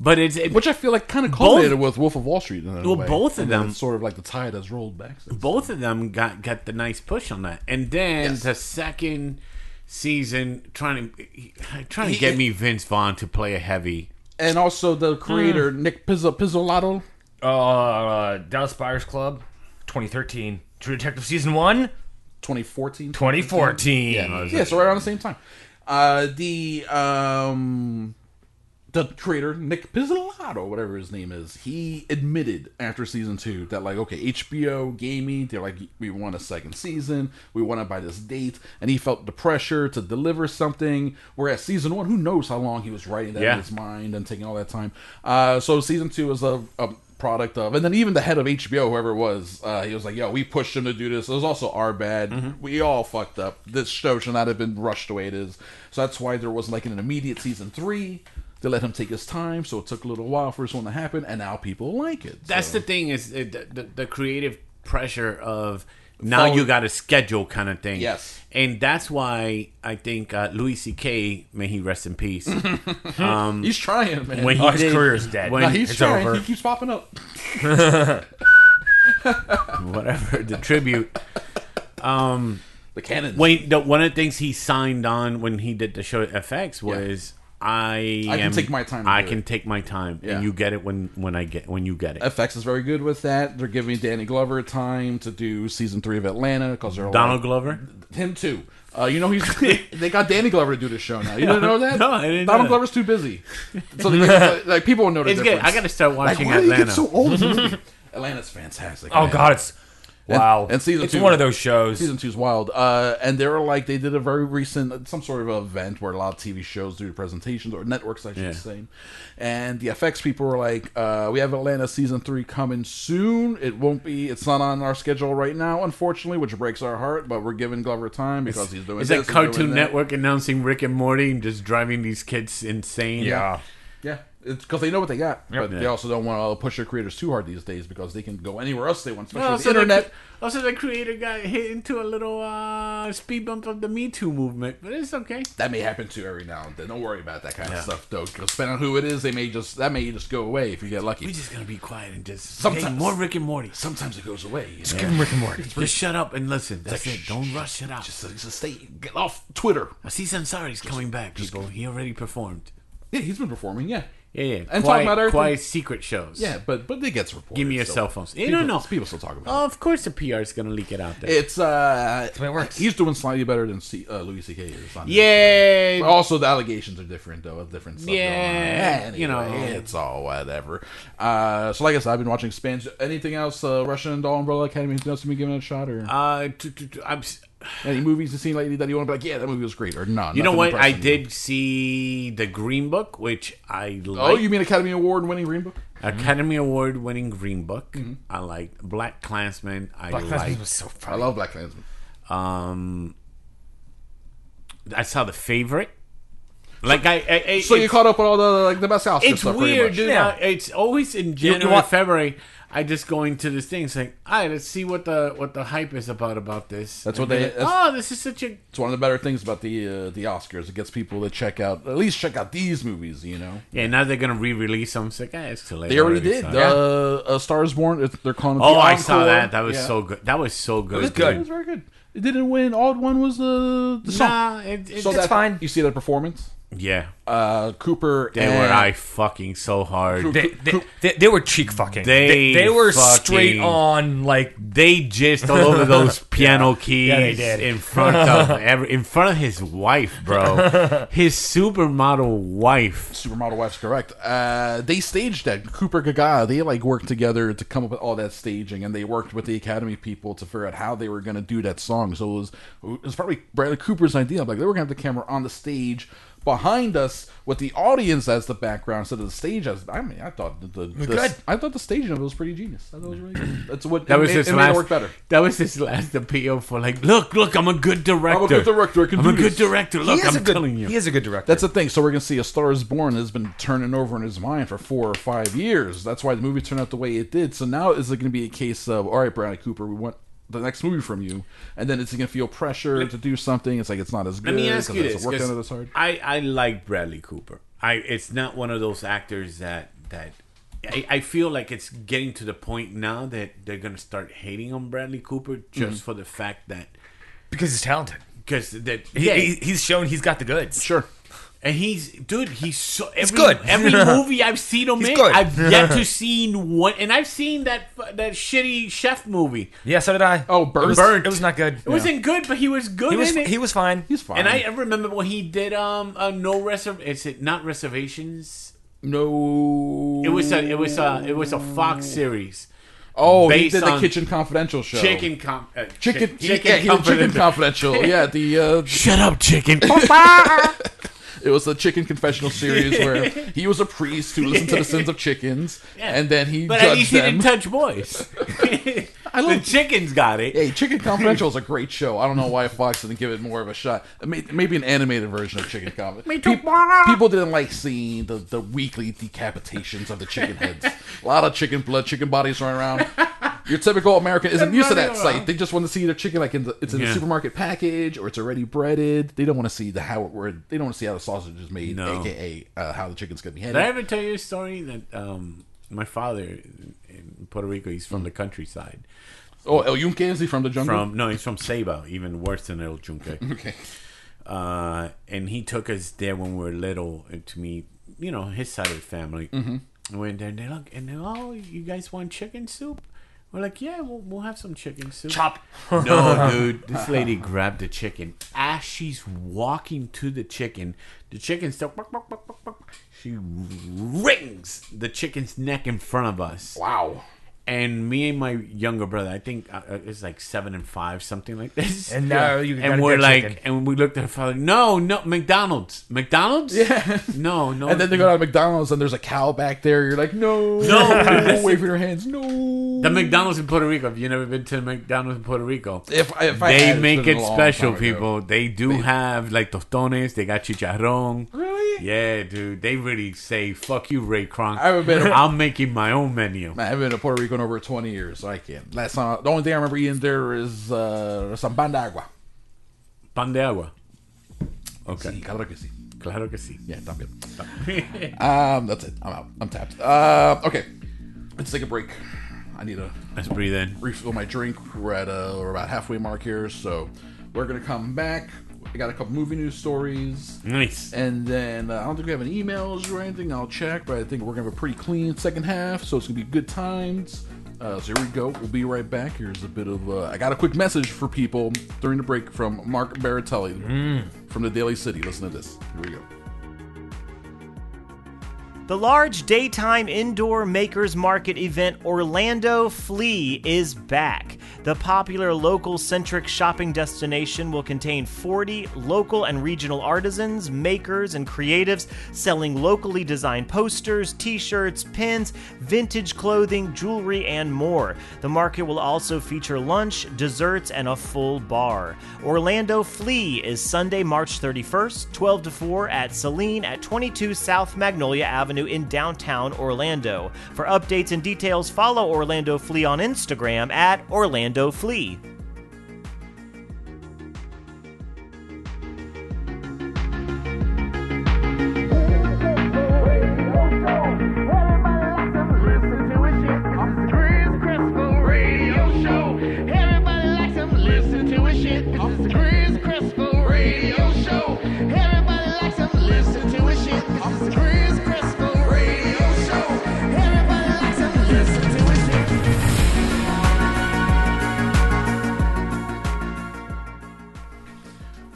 But it's it,
which I feel like kind of culminated with Wolf of Wall Street. In a
Well,
way.
both of
And then
them-
it's sort of like the tide has rolled back. since.
both of them got got the nice push on that, and then the second season trying to he- trying to
He-
get me Vince Vaughn to play a heavy.
and also the creator Nick Pizzo, Pizzolato.
Uh, Dallas Buyers Club, 2013. True Detective Season 1,
2014
2014.
yeah, yeah so right around the same time uh the um the creator nick pizzolatto whatever his name is he admitted after season two that like okay hbo gaming they're like we want a second season we want it by this date and he felt the pressure to deliver something whereas season one who knows how long he was writing that
Yeah.
in his mind and taking all that time uh so season two is a, a product of and then even the head of hbo whoever it was uh he was like yo we pushed him to do this it was also our bad we all fucked up this show should not have been rushed the way it is so that's why there wasn't like an immediate season three they let him take his time so it took a little while for this one to happen and now people like it
That's
So-
the thing is uh, the, the the creative pressure of now
Follow-
you got a schedule kind of thing.
Yes.
and that's why I think uh, Louis C.K. may he rest in peace.
he's trying man
when he
Oh, his
did-
career is dead.
when-
Nah, he's
it's
trying
over.
he keeps popping up
whatever the tribute.
the cannon
Wait, the, one of the things he signed on when he did the show at FX was I
I can
am-
take my time to
I
do
can
it."
take my time,
Yeah.
and you get it when when I get when you get it.
FX is very good with that. They're giving Danny Glover time to do season three of Atlanta because they're
Donald
like,
Glover.
him too. Uh, you know he's they got Danny Glover to do this show now. You didn't know that?
No, I didn't know
Donald
that.
Glover's too busy, so they, like, like people will know the
It's good.
difference.
I gotta start
like,
watching
why do you
Atlanta.
get so old? in this movie? Atlanta's fantastic.
Oh,
man.
God, it's. Wow.
and season
it's
two-
one of those shows.
Season two's wild. Uh, and they were like, they did a very recent, some sort of event where a lot of TV shows do presentations or networks, I should
Yeah.
say. And the FX people were like, uh, we have Atlanta season three coming soon. It won't be, it's not on our schedule right now, unfortunately, which breaks our heart, but we're giving Glover time because he's doing
Is
this
that
and doing
Cartoon
that.
Network announcing Rick and Morty and just driving these kids insane?
yeah.
Yeah, because they know what they got, but they
Yeah.
also don't want to push their creators too hard these days because they can go anywhere else they want, especially
Well,
with the
also,
internet.
the, also, the creator got hit into a little uh, speed bump of the Me Too movement, but it's okay.
that may happen to every now and then. Don't worry about that kind of stuff, though. 'cause depending on who it is, they may just that may just go away if you get lucky.
We're just gonna be quiet and just
Sometimes-
hey, more Rick and Morty.
Sometimes it goes away. You know?
Give him Rick and Morty.
Just shut up and listen. That's
like,
it.
shh,
Don't rush it out.
Just, just stay. Get off Twitter.
Aziz Ansari's coming back, people. He already performed.
Yeah, he's been performing. Yeah,
Yeah, yeah.
And
quiet,
talking about everything.
quiet secret shows.
yeah, but but it gets reported.
Give me your
so
cell phones. You
people,
don't know. Oh.
People still talk about. it.
Of course, the PR is gonna leak it out there.
It's uh,
way it works.
he's doing slightly better than C, uh, Louis C.K. is on this.
Yay!
Also, the allegations are different, though. Of different stuff.
Yeah,
going on.
you know.
Anyway, it's all whatever. Uh, so, like I said, I've been watching Spans. Anything else? Uh, Russian Doll, Umbrella Academy. Anything else to be giving it a shot, or
Uh, t- t- t- I'm s-
any movies you've seen lately that you want to be like, yeah, that movie was great, or no?
you know
nothing
what? I
impressed me.
did see the Green Book, which I like.
Oh, you mean Academy Award winning Green Book?
Academy Award winning Green Book. I like Mm-hmm. Black Klansman. I
Black
like.
Klansman was so
I
funny.
love Black Klansman.
Um, I saw the favorite. Like I, I, I
So you
it's-
caught up on all the like the best Oscar
It's
stuff. pretty
weird,
much.
dude.
Yeah.
I- It's always in
you
January,
want-
February. I just go into this thing saying, "All right, let's see what the what the hype is about about this."
That's
And
what they-
then,
that's-
oh, this is such a.
It's one of the better things about the uh, the Oscars. It gets people to check out at least check out these movies. You know,
Yeah, now they're gonna re-release them. It's like, ah, it's too late.
they already
I
did.
saw
Uh,
it.
uh, Stars Born. it's- They're calling it.
Oh,
the
I saw
Encore.
that. That was
Yeah.
so good. That was so good.
It was
dude.
good. It was very good. It didn't win. All it won was uh, the the song.
Nah, it, it,
so
it's
that,
fine.
You see that performance?
Yeah,
Uh, Cooper.
they
and
were I fucking so hard.
They, they, they, they were cheek fucking.
They
they were
fucking-
straight on, like,
They jizzed all over those piano keys
Yeah, they did.
in front of every, in front of his wife, bro. his supermodel wife.
Supermodel Wife's correct. Uh, they staged that. Cooper Gaga, they like worked together to come up with all that staging, and they worked with the Academy people to figure out how they were going to do that song. So it was, it was probably Bradley Cooper's idea. Like they were going to have the camera on the stage behind us with the audience as the background instead of the stage as. I mean, I thought the, the,
Good.
the I thought the staging of it was pretty genius. I thought it was really good. That's what
That
it
was
made,
his
it made
last.
it work better.
That was his last appeal for like, look, look, I'm a good director.
I'm a good director, I can
I'm
do
a good
this."
director. Look,
he is
I'm
a good,
telling you.
He is a good director.
That's the thing. So we're gonna see a Star Is Born has been turning over in his mind for four or five years. That's why the movie turned out the way it did. So now is it gonna be a case of all right, Bradley Cooper, we want the next movie from you, and then it's gonna feel pressure to do something. It's like it's not as good.
Let me ask
'cause
you
I have to
this:
work
'cause
on it as hard.
I I like Bradley Cooper. I it's not one of those actors that that I, I feel like it's getting to the point now that they're gonna start hating on Bradley Cooper just for the fact that
because he's talented.
because that
He,
yeah
he- he's shown he's got the goods.
Sure.
and he's dude he's so every,
good.
every movie I've seen him
He's
in
good.
I've yet to seen one and I've seen that fu- that shitty chef movie
Yeah, so did I.
Oh, Burnt.
It was,
Burnt.
It was not good.
it wasn't good but he was good
He was
in it
he was fine.
He's fine.
and I remember when he did um uh, no reserv is it not reservations
no.
It was a it was a it was a Fox series.
oh, he
based
did the
on
Kitchen Confidential show.
Chicken com uh,
Chicken,
chi-
yeah, he did chicken confidential. Yeah, the uh,
Shut up, chicken.
Oh,
it was the chicken confessional series where he was a priest who listened to the sins of chickens,
Yeah.
and then he
but at
judged
least he
them.
didn't touch boys.
I
the
love
chickens got it.
Hey, Chicken Confidential is a great show. I don't know why Fox didn't give it more of a shot. May- Maybe an animated version of Chicken Confidential.
Me too.
people didn't like seeing the, the weekly decapitations of the chicken heads. a lot of chicken blood, chicken bodies running around. Your typical American isn't used to that
running
sight.
around.
They just want to see their chicken like in the, it's in
Yeah.
the supermarket package or it's already breaded. They don't want to see the how it were. They don't want to see how the sausage is made,
No.
aka uh, how the chicken's gonna be
Did I
handled.
ever tell you a story that um my father in Puerto Rico, he's from the countryside.
Oh, El Yunque is he from the jungle?
From no, he's from Ceiba, even worse than El Junque.
Okay.
uh, and he took us there when we were little and to meet, you know, his side of the family. Mm-hmm. And went there and they look and they oh, you guys want chicken soup? We're like, yeah, we'll, we'll have some chicken soup.
Chop.
No, dude, this lady grabbed the chicken as she's walking to the chicken. The chicken still. bark, bark, bark, bark, bark. She rings the chicken's neck in front of us
Wow.
and me and my younger brother, I think uh, uh, it's like seven and five, something like this.
And now you gotta
and we're
get
like,
chicken.
and we looked at her father. No, no, McDonald's, McDonald's. Yeah, no, no.
And then they go to McDonald's and there's a cow back there. You're like, no,
No.
waving her hands, no.
the McDonald's in Puerto Rico. Have you never been to the McDonald's in Puerto Rico?
If, if I
they
had, it's
make
been
it
a long
special,
time ago.
people. They do have like tostones. They got chicharrón.
Really?
Yeah, dude. They really say "fuck you, Ray Kroc."
I haven't been-
I'm making my own menu.
I haven't been to Puerto Rico in over 20 years, so I can't. Last time, the only thing I remember eating there is uh, some pan de agua.
Pan de agua.
Sí,
Okay,
claro que sí.
claro que sí.
Yeah, I'm good. um, that's it. I'm out. I'm tapped. Uh, okay, let's take a break. I need to
Let's breathe in.
refill my drink. We're at uh, we're about halfway mark here, so we're gonna come back. I got a couple movie news stories.
Nice.
And then uh, I don't think we have any emails or anything. I'll check, but I think we're gonna have a pretty clean second half, so it's gonna be good times. Uh, so here we go. We'll be right back. Here's a bit of uh, I got a quick message for people during the break from Mark Baratelli
Mm.
from the Daily City. Listen to this. Here we go.
The large daytime indoor makers market event Orlando Flea is back. The popular local centric shopping destination will contain 40 local and regional artisans, makers, and creatives selling locally designed posters, t shirts, pins, vintage clothing, jewelry, and more. The market will also feature lunch, desserts, and a full bar. Orlando Flea is Sunday, March 31st, 12 to 4 at Celine at 22 South Magnolia Avenue in downtown Orlando. For updates and details, follow Orlando Flea on Instagram at Orlando Flea.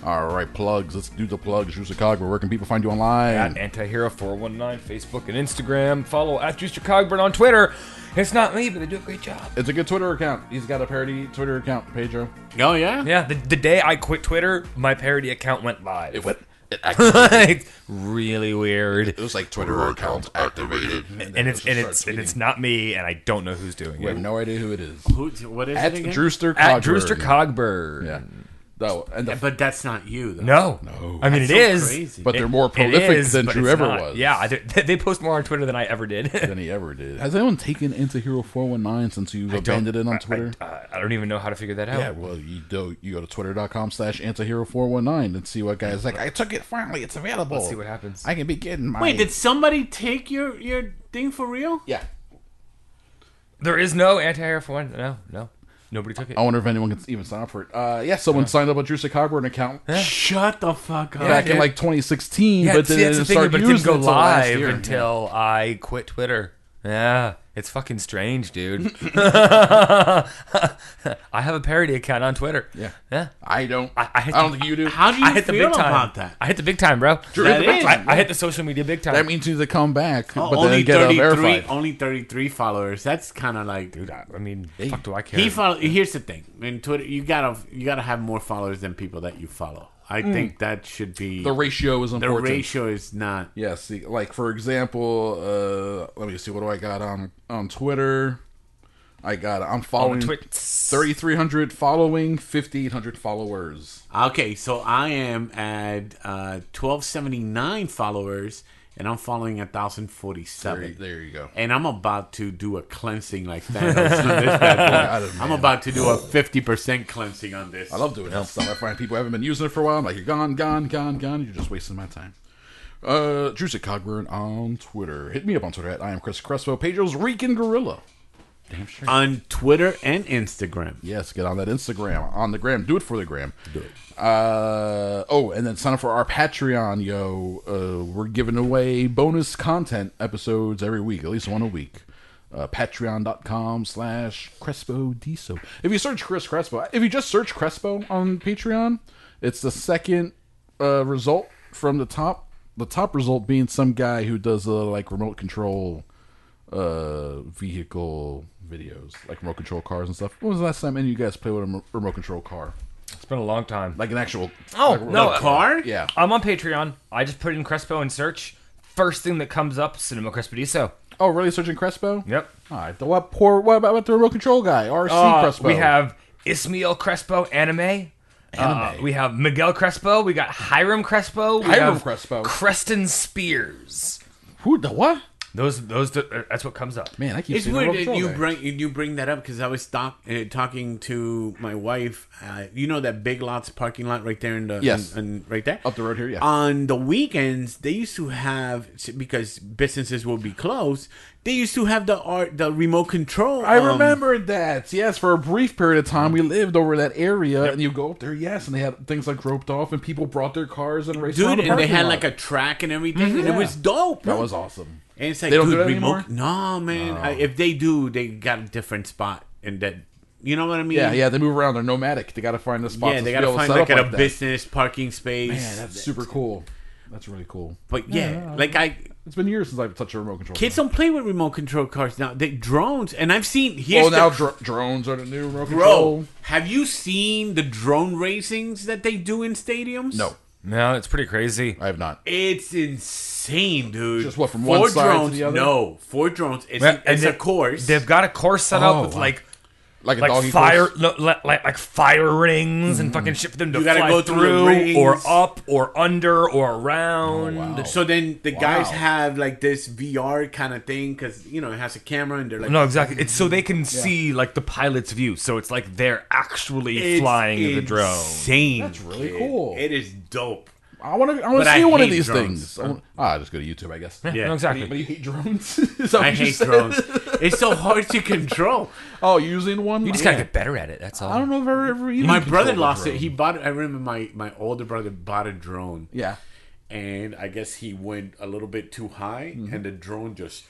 All right, plugs. Let's do the plugs. Drew Cogburn. Where can people find you
Hmm.
online?
At Antihero419, Facebook and Instagram. Follow at Juicer Cogburn on Twitter. It's not me, but they do a great job.
It's a good Twitter account. He's got a parody Twitter account, Pedro.
Oh yeah.
Yeah, the, the day I quit Twitter, my parody account went live.
It went. It activated.
It's really weird.
it was like Twitter account activated,
And it's and it's and
and
it's not me, and I don't know who's doing
We have
it.
no idea who it is.
Who, what is
At
it again?
Drewster Cogburn.
At Drewster Cogburn.
Yeah. No, and the,
But that's not you, though.
No, no. I mean, it is,
crazy.
but they're more
It
prolific
is,
than
but
Drew
it's
ever
not.
was.
Yeah, they, they post more on Twitter than I ever did.
than he ever did. Has anyone taken Into Hero 419 since you've abandoned it on Twitter?
I, I- I don't even know how to figure that out.
yeah, well, you do. You go to twitter.com slash antihero419 and see what guys like. I took it finally. It's available.
Let's see what happens.
I can be getting my.
Wait, did somebody take your your thing for real?
Yeah.
There is no anti-air for one. No, no, nobody took it.
I wonder if anyone can even sign up for it. Uh, yeah, someone signed up a Drew Chicago an account
Shut the fuck up.
back in like 2016,
yeah,
but
see,
then
that's
it
the thing,
started
but it
using
didn't go
until last
live
year.
until I quit Twitter. Yeah, it's fucking strange, dude. I have a parody account on Twitter.
Yeah.
yeah.
I don't. I,
I- I had
don't
to-
think you do.
How do you
I hit the
feel
big time.
about that?
I hit the big time, bro.
That the big is.
I,
time.
I hit the social media big time.
that means you need to come back,
Oh,
but
only
then get a
33,
verified.
only 33 followers. That's kind of like
Dude, I I mean, fuck, do I care?
he follow. Here's the thing: in Twitter, you gotta you gotta have more followers than people that you follow. I think that should be
Mm. The ratio is
the
important.
ratio is not.
Yeah, see, like for example, uh, let me see, what do I got on on Twitter? I got I'm following
Twits.
3,300 following, 5,800 followers.
Okay, so I am at uh, 1279 followers, and I'm following
There,
1047.
there you go.
and I'm about to do a cleansing like Thanos on this bad boy.
don't know,
I'm
man.
about to do a 50% cleansing on this.
I love doing that stuff. I find people haven't been using it for a while. I'm like, you're gone, gone, gone, gone. You're just wasting my time. Uh, Drew Cogburn on Twitter. Hit me up on Twitter at I am Chris Crespo. Pedro's Rican Gorilla.
on Twitter and Instagram.
Yes, get on that Instagram, on the gram. Do it for the gram. Do it. Uh, oh, and then sign up for our Patreon, yo. Uh, we're giving away bonus content episodes every week, at least one a week. Uh, Patreon.com slash Crespo Diso. If you search Chris Crespo, if you just search Crespo on Patreon, it's the second uh, result from the top. The top result being some guy who does uh, like remote control uh vehicle videos, like remote control cars and stuff. When was the last time any of you guys played with a remo- remote control car?
It's been a long time.
Like an actual
Oh no,
The car?
yeah.
I'm on Patreon. I just put in Crespo and search. First thing that comes up, Cinema Crespediso.
Oh, really? Searching Crespo?
Yep.
All right. The what? Poor. What about the remote control guy? RC
Uh,
Crespo.
We have Ismail Crespo, anime. Anime.
uh,
Uh, we have Miguel Crespo. We got Hiram Crespo. We
Hiram
have
Crespo.
Creston Spears.
who the what?
Those, those, uh, that's what comes up.
Man, I keep
It's
seeing
weird
remote
that
control
you
guy.
bring you bring that up because I was talk, uh, talking to my wife. Uh, you know that Big Lots parking lot right there in the
Yes.
in- in- right there
Up the road here, yeah.
On the weekends, they used to have because businesses will be closed. They used to have the art the remote control.
I
um,
remembered that. Yes, for a brief period of time, we lived over that area, and you go up there. Yes, and they had things like roped off, and people brought their cars and raced around
dude,
the
and they
parking
had
lot.
like a track and everything, and
Yeah.
it was dope.
that was awesome.
And it's like,
They don't
dude,
do that
remote.
anymore?
No, man. I, if they do, they got a different spot, and that you know what I mean.
Yeah, yeah, they move around. They're nomadic. They got to find the spots.
Yeah,
to
they
be
gotta
able to
find
set
like
up
at a
that.
business parking space.
Man, that's super cool. That's really cool.
but yeah,
yeah.
like I
It's been years since I've touched a remote control.
kids don't play with remote control cars now. They drones, and I've seen here's
well, Oh, now
the,
dr- drones are the new remote
bro.
control.
Have you seen the drone racings that they do in stadiums?
No,
No, it's pretty crazy.
I have not.
It's insane, dude.
Just what, from
four
one side to
drones?
the other?
No, four drones. It's,
Yeah, and
it's a
they-
course.
They've got a course set
Oh,
up with
wow.
like,
Like a
like
doggy
fire,
course.
no, like, like like fire rings and fucking shit for them to
Hmm. You gotta
fly
go through the
through,
rings. Oh,
or up, or under, or around.
Wow.
So then the guys
Wow.
have like this VR kind of thing because you know it has a camera and they're like
No, exactly. It's so they can see like the pilot's view. So it's like they're actually
It's
flying the drone.
Insane.
That's really
kid.
cool.
It is dope.
I want to. I want
But
to
I
see one of
hate
these
drones.
things. I wanna, ah, just go to YouTube, I guess.
Yeah.
No, exactly.
But you hate drones? Is that
I
what you
hate
said?
drones. It's so hard to control.
Oh, using one.
You just gotta get better at it. That's all.
I don't know if I ever even.
My
controlled
brother
a
lost
drone.
it. He bought. I remember my my older brother bought a drone.
Yeah.
and I guess he went a little bit too high,
Mm-hmm.
and the drone just.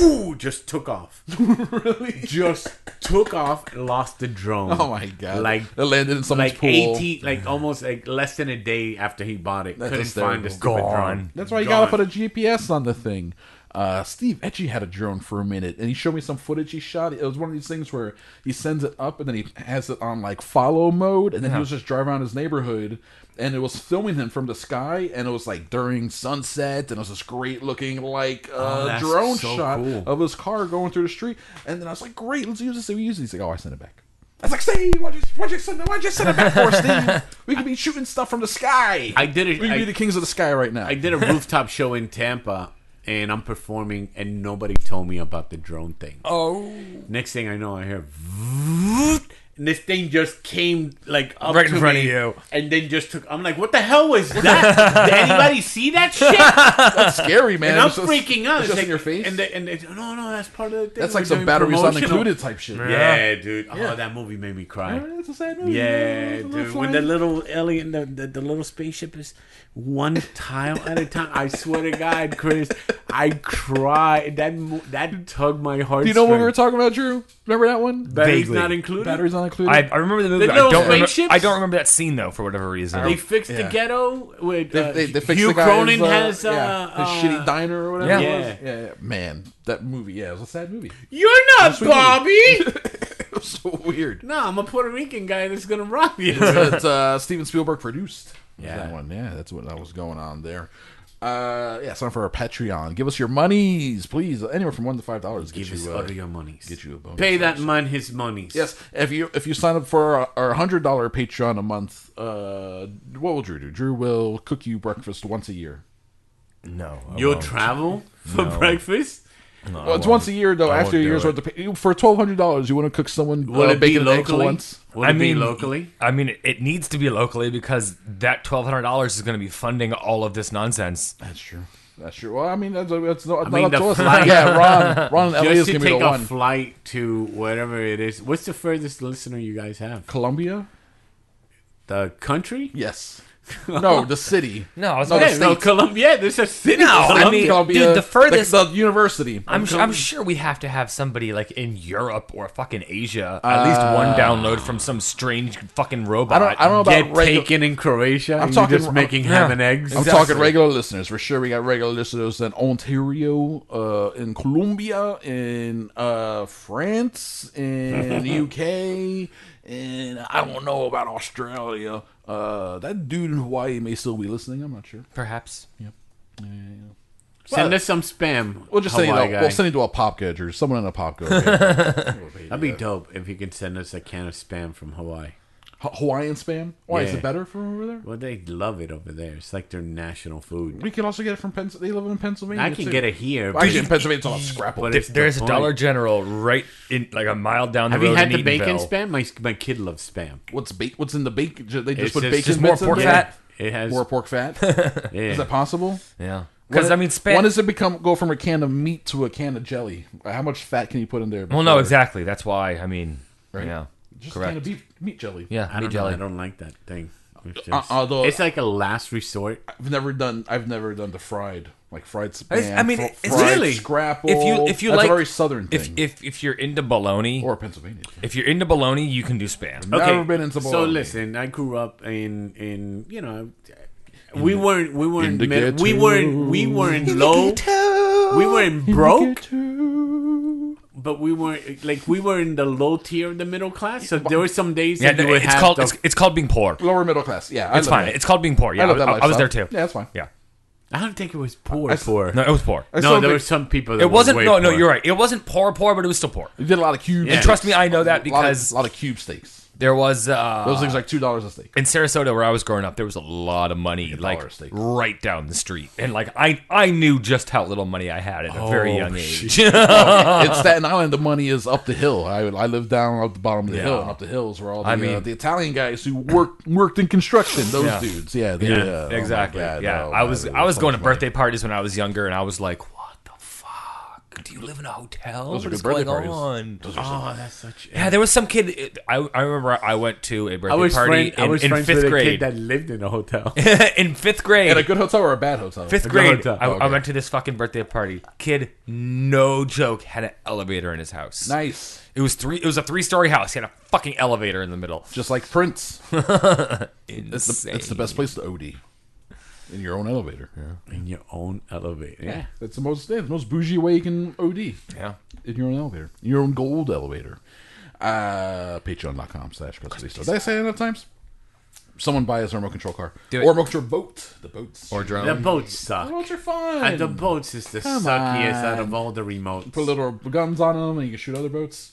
Whoo, just took off. really? Just took off and lost the drone.
Oh my god!
Like
it landed in someone's
like
pool.
eighteen, like almost like less than a day after he bought it,
That's
couldn't find
hysterical.
the stupid
Gone.
drone.
That's why you gotta
Gone.
put a GPS on the thing. Uh, Steve Etchy had a drone for a minute, and he showed me some footage he shot. It was one of these things where he sends it up, and then he has it on like follow mode, and then he was just driving around his neighborhood, and it was filming him from the sky, and it was like during sunset, and it was this great looking like uh,
that's
drone
so
shot
cool.
of his car going through the street, and then I was like, great, let's use this. So we use it. He's like, oh, I sent it back.
That's like, Steve, why'd you, why'd you send, why'd you send it back for us, Steve? We could be shooting stuff from the sky.
I did it-
We could
I-
be the kings of the sky right now.
I did a rooftop show in Tampa and I'm performing and nobody told me about the drone thing. Oh. Next thing I know I hear and this thing just came like up
Right in
to
front of
me
you.
and then just took I'm like, what the hell was that? did anybody see that shit?
Scary, man.
And I'm
It's just-
freaking out.
It's
It's
just
like-
in your face.
And they, and they, no, no, that's part of the thing.
That's
We're
like some
doing
batteries not
promotional-
included type shit.
Yeah, dude. Oh, that movie made me cry.
It's a sad movie.
Yeah,
It's a little
dude.
flying-
When the little alien, the, the, the little spaceship is one tile at a time. I swear to God, Chris, I cried. That mo- that tugged my heart.
Do you know what we were talking about, Drew? Remember that one?
Batteries
Vaguely.
not included.
Batteries not included.
I, I remember the movie.
The
I
little
don't remember.
spaceships?
I don't remember that scene though, for whatever reason.
They fixed
Yeah.
the ghetto. With, uh,
they- they fixed
Hugh
the guy
Cronin
who's, uh,
has uh,
yeah, his
uh,
shitty diner or whatever.
Yeah.
It was.
Yeah.
yeah, yeah. Man, that movie. Yeah, it was a sad movie.
You're not
sweet movie.
Bobby.
it was so weird.
no, I'm a Puerto Rican guy that's gonna rob you.
But uh, Steven Spielberg produced. was
Yeah.
that one. Yeah, that's what that was going on there. Uh, yeah, it's time for our Patreon. Give us your monies, please. Anywhere from one to five dollars.
Give
get
us
you,
all
uh,
of your monies.
get you a bonus
Pay that
episode.
man his monies.
Yes, if you if you sign up for our- our hundred dollar Patreon a month, uh, what will Drew do? Drew will cook you breakfast once a year.
no, I
You'll
won't.
travel for breakfast.
well, it's once a year though.
I
after a
won't do
year's
it.
worth of pay- for twelve hundred dollars, you want to cook someone
Will
uh,
it be
bacon and eggs
locally?
once?
Will it be locally?
I mean, it- it needs to be locally because that twelve hundred dollars is going to be funding all of this nonsense.
That's true. That's true. Well, I mean, that's, that's not,
mean,
not up
the
to us.
flight-
yeah, Ron, Ron, and LA is
Just to
gonna be the
take a
one.
flight to whatever it is. What's the furthest listener you guys have?
Colombia?
The country?
Yes. No, the city.
No, it's
no,
not-
the
Yeah, no,
state.
Colombia. Yeah, there's a city.
No, I mean,
Colombia,
dude, the furthest-
the, the university.
I'm su- I'm sure we have to have somebody like in Europe or fucking Asia at least one download from some strange fucking robot.
Uh, I don't. I don't know
get
about regular.
taken in Croatia. I'm
talking-
just making
I'm-
ham
yeah.
and eggs.
I'm talking regular listeners for sure. We got regular listeners in Ontario, uh, in Colombia, in uh, France, in the UK, and I don't know about Australia. Uh, that dude in Hawaii may still be listening. I'm not sure.
Perhaps.
Send us some spam.
We'll just send you.
Hawaii
To,
guy.
we'll send you to a pop gadger, someone in a pop gadger.
That'd be dope if you could send us a can of spam from Hawaii.
Ha- Hawaiian spam. Why is
Yeah.
it better from over there?
Well, they love it over there. It's like their national food.
We can also get it from Pennsylvania. They live in Pennsylvania.
I can
too.
get it here.
Well,
but-
actually, in Pennsylvania, it's all Scrapple.
but
There-
it's the
there's a
point.
Dollar General right in like a mile down the
Have
road.
you had
in
the bacon
Eatonville.
spam? My my kid loves spam.
What's ba- What's in the bacon? They just
It's
put
just-
bacon.
just
more
bits in
pork
there?
fat?
It has
More pork fat.
yeah.
Is that possible?
Yeah, because I mean, spam.
When does it become go from a can of meat to a can of jelly? How much fat can you put in there?
Well, no,
before-
exactly. That's why. I mean,
Right.
yeah,
Just a can
correct.
of beef, meat jelly.
Yeah,
I
meat
don't
jelly.
know. I don't like that thing. It's,
Uh,
just-
although-
it's like a last resort.
I've never done. I've never done the fried, like fried
It's-
spam.
I mean,
fr-
it's
fried
really-
scrapple.
If you if you
That's
like
a very southern
if,
thing,
if if you're into bologna,
or Pennsylvania.
if you're into bologna, you can do spam.
Never been into
So
bologna.
listen, I grew up in in you know, we weren't we weren't
the
mid- we
ghetto.
weren't we weren't low. We weren't broke, but we weren't like we were in the low tier of the middle class. So there were some days
Yeah,
that you
no,
would
it's
have
called
to-
it's, it's called being poor.
Lower middle class. Yeah, I
It's
love
fine.
that.
It's called being poor. Yeah, I,
I love that
I- I was there too.
lifestyle. Yeah, that's fine.
Yeah.
I don't think it was poor.
s-
poor.
No,
No,
it was poor.
I still
there
think-
were some people. That
It wasn't.
Were way
No, no,
poor.
you're right. It wasn't poor, poor, but it was still poor.
You did a lot of cubes.
And
trust me, I know that because-
a lot of, cube steaks.
There was uh,
Those things are like two dollars a steak.
in Sarasota where I was growing up. There was a lot of money, like
dollar steak.
right down the street, and like I I knew just how little money I had at a very
Oh,
young age. Uh-huh.
in Staten Island, the money is up the hill. I, I live down up the bottom of the hill, and up the hills where all the,
I
uh,
mean-
the Italian guys who worked worked in construction. Those
Yeah.
dudes, yeah, they,
Yeah,
uh, oh my
exactly.
God,
yeah,
no,
I was
man,
I was
so
going to
much money.
birthday parties when I was younger, and I was like, "What the fuck? Do you live in a hotel?
Those are
What is
good birthday
going
parties.
on?"
Oh, that's such.
Yeah, there was some kid. I, I remember I went to a
I
birthday
was
party
friend, I
in,
was
in
friends
fifth
with a
grade.
kid that lived in a hotel.
in fifth grade,
At a good hotel or a bad hotel?
fifth
good
grade,
hotel.
I,
Oh,
I went to this fucking birthday party. Kid, no joke, had an elevator in his house.
Nice,
It was three. It was a three-story house. He had a fucking elevator in the middle.
just like Prince. It's the,
Insane.
it's the best place to OD in your own elevator. Yeah,
in your own elevator. Yeah.
that's the most yeah, the most bougie way you can OD.
Yeah.
in your own elevator, in your own gold elevator. Uh, Patreon.com slash Crespedisto. Did I say that enough times? Someone buy us a remote control car
Do
or
it.
remote control boat. The boats
Or drone.
The boats suck.
Remotes are fun.
And the boats is the
Come
suckiest
on.
out of all the remotes.
Put little guns on them, and you can shoot other boats.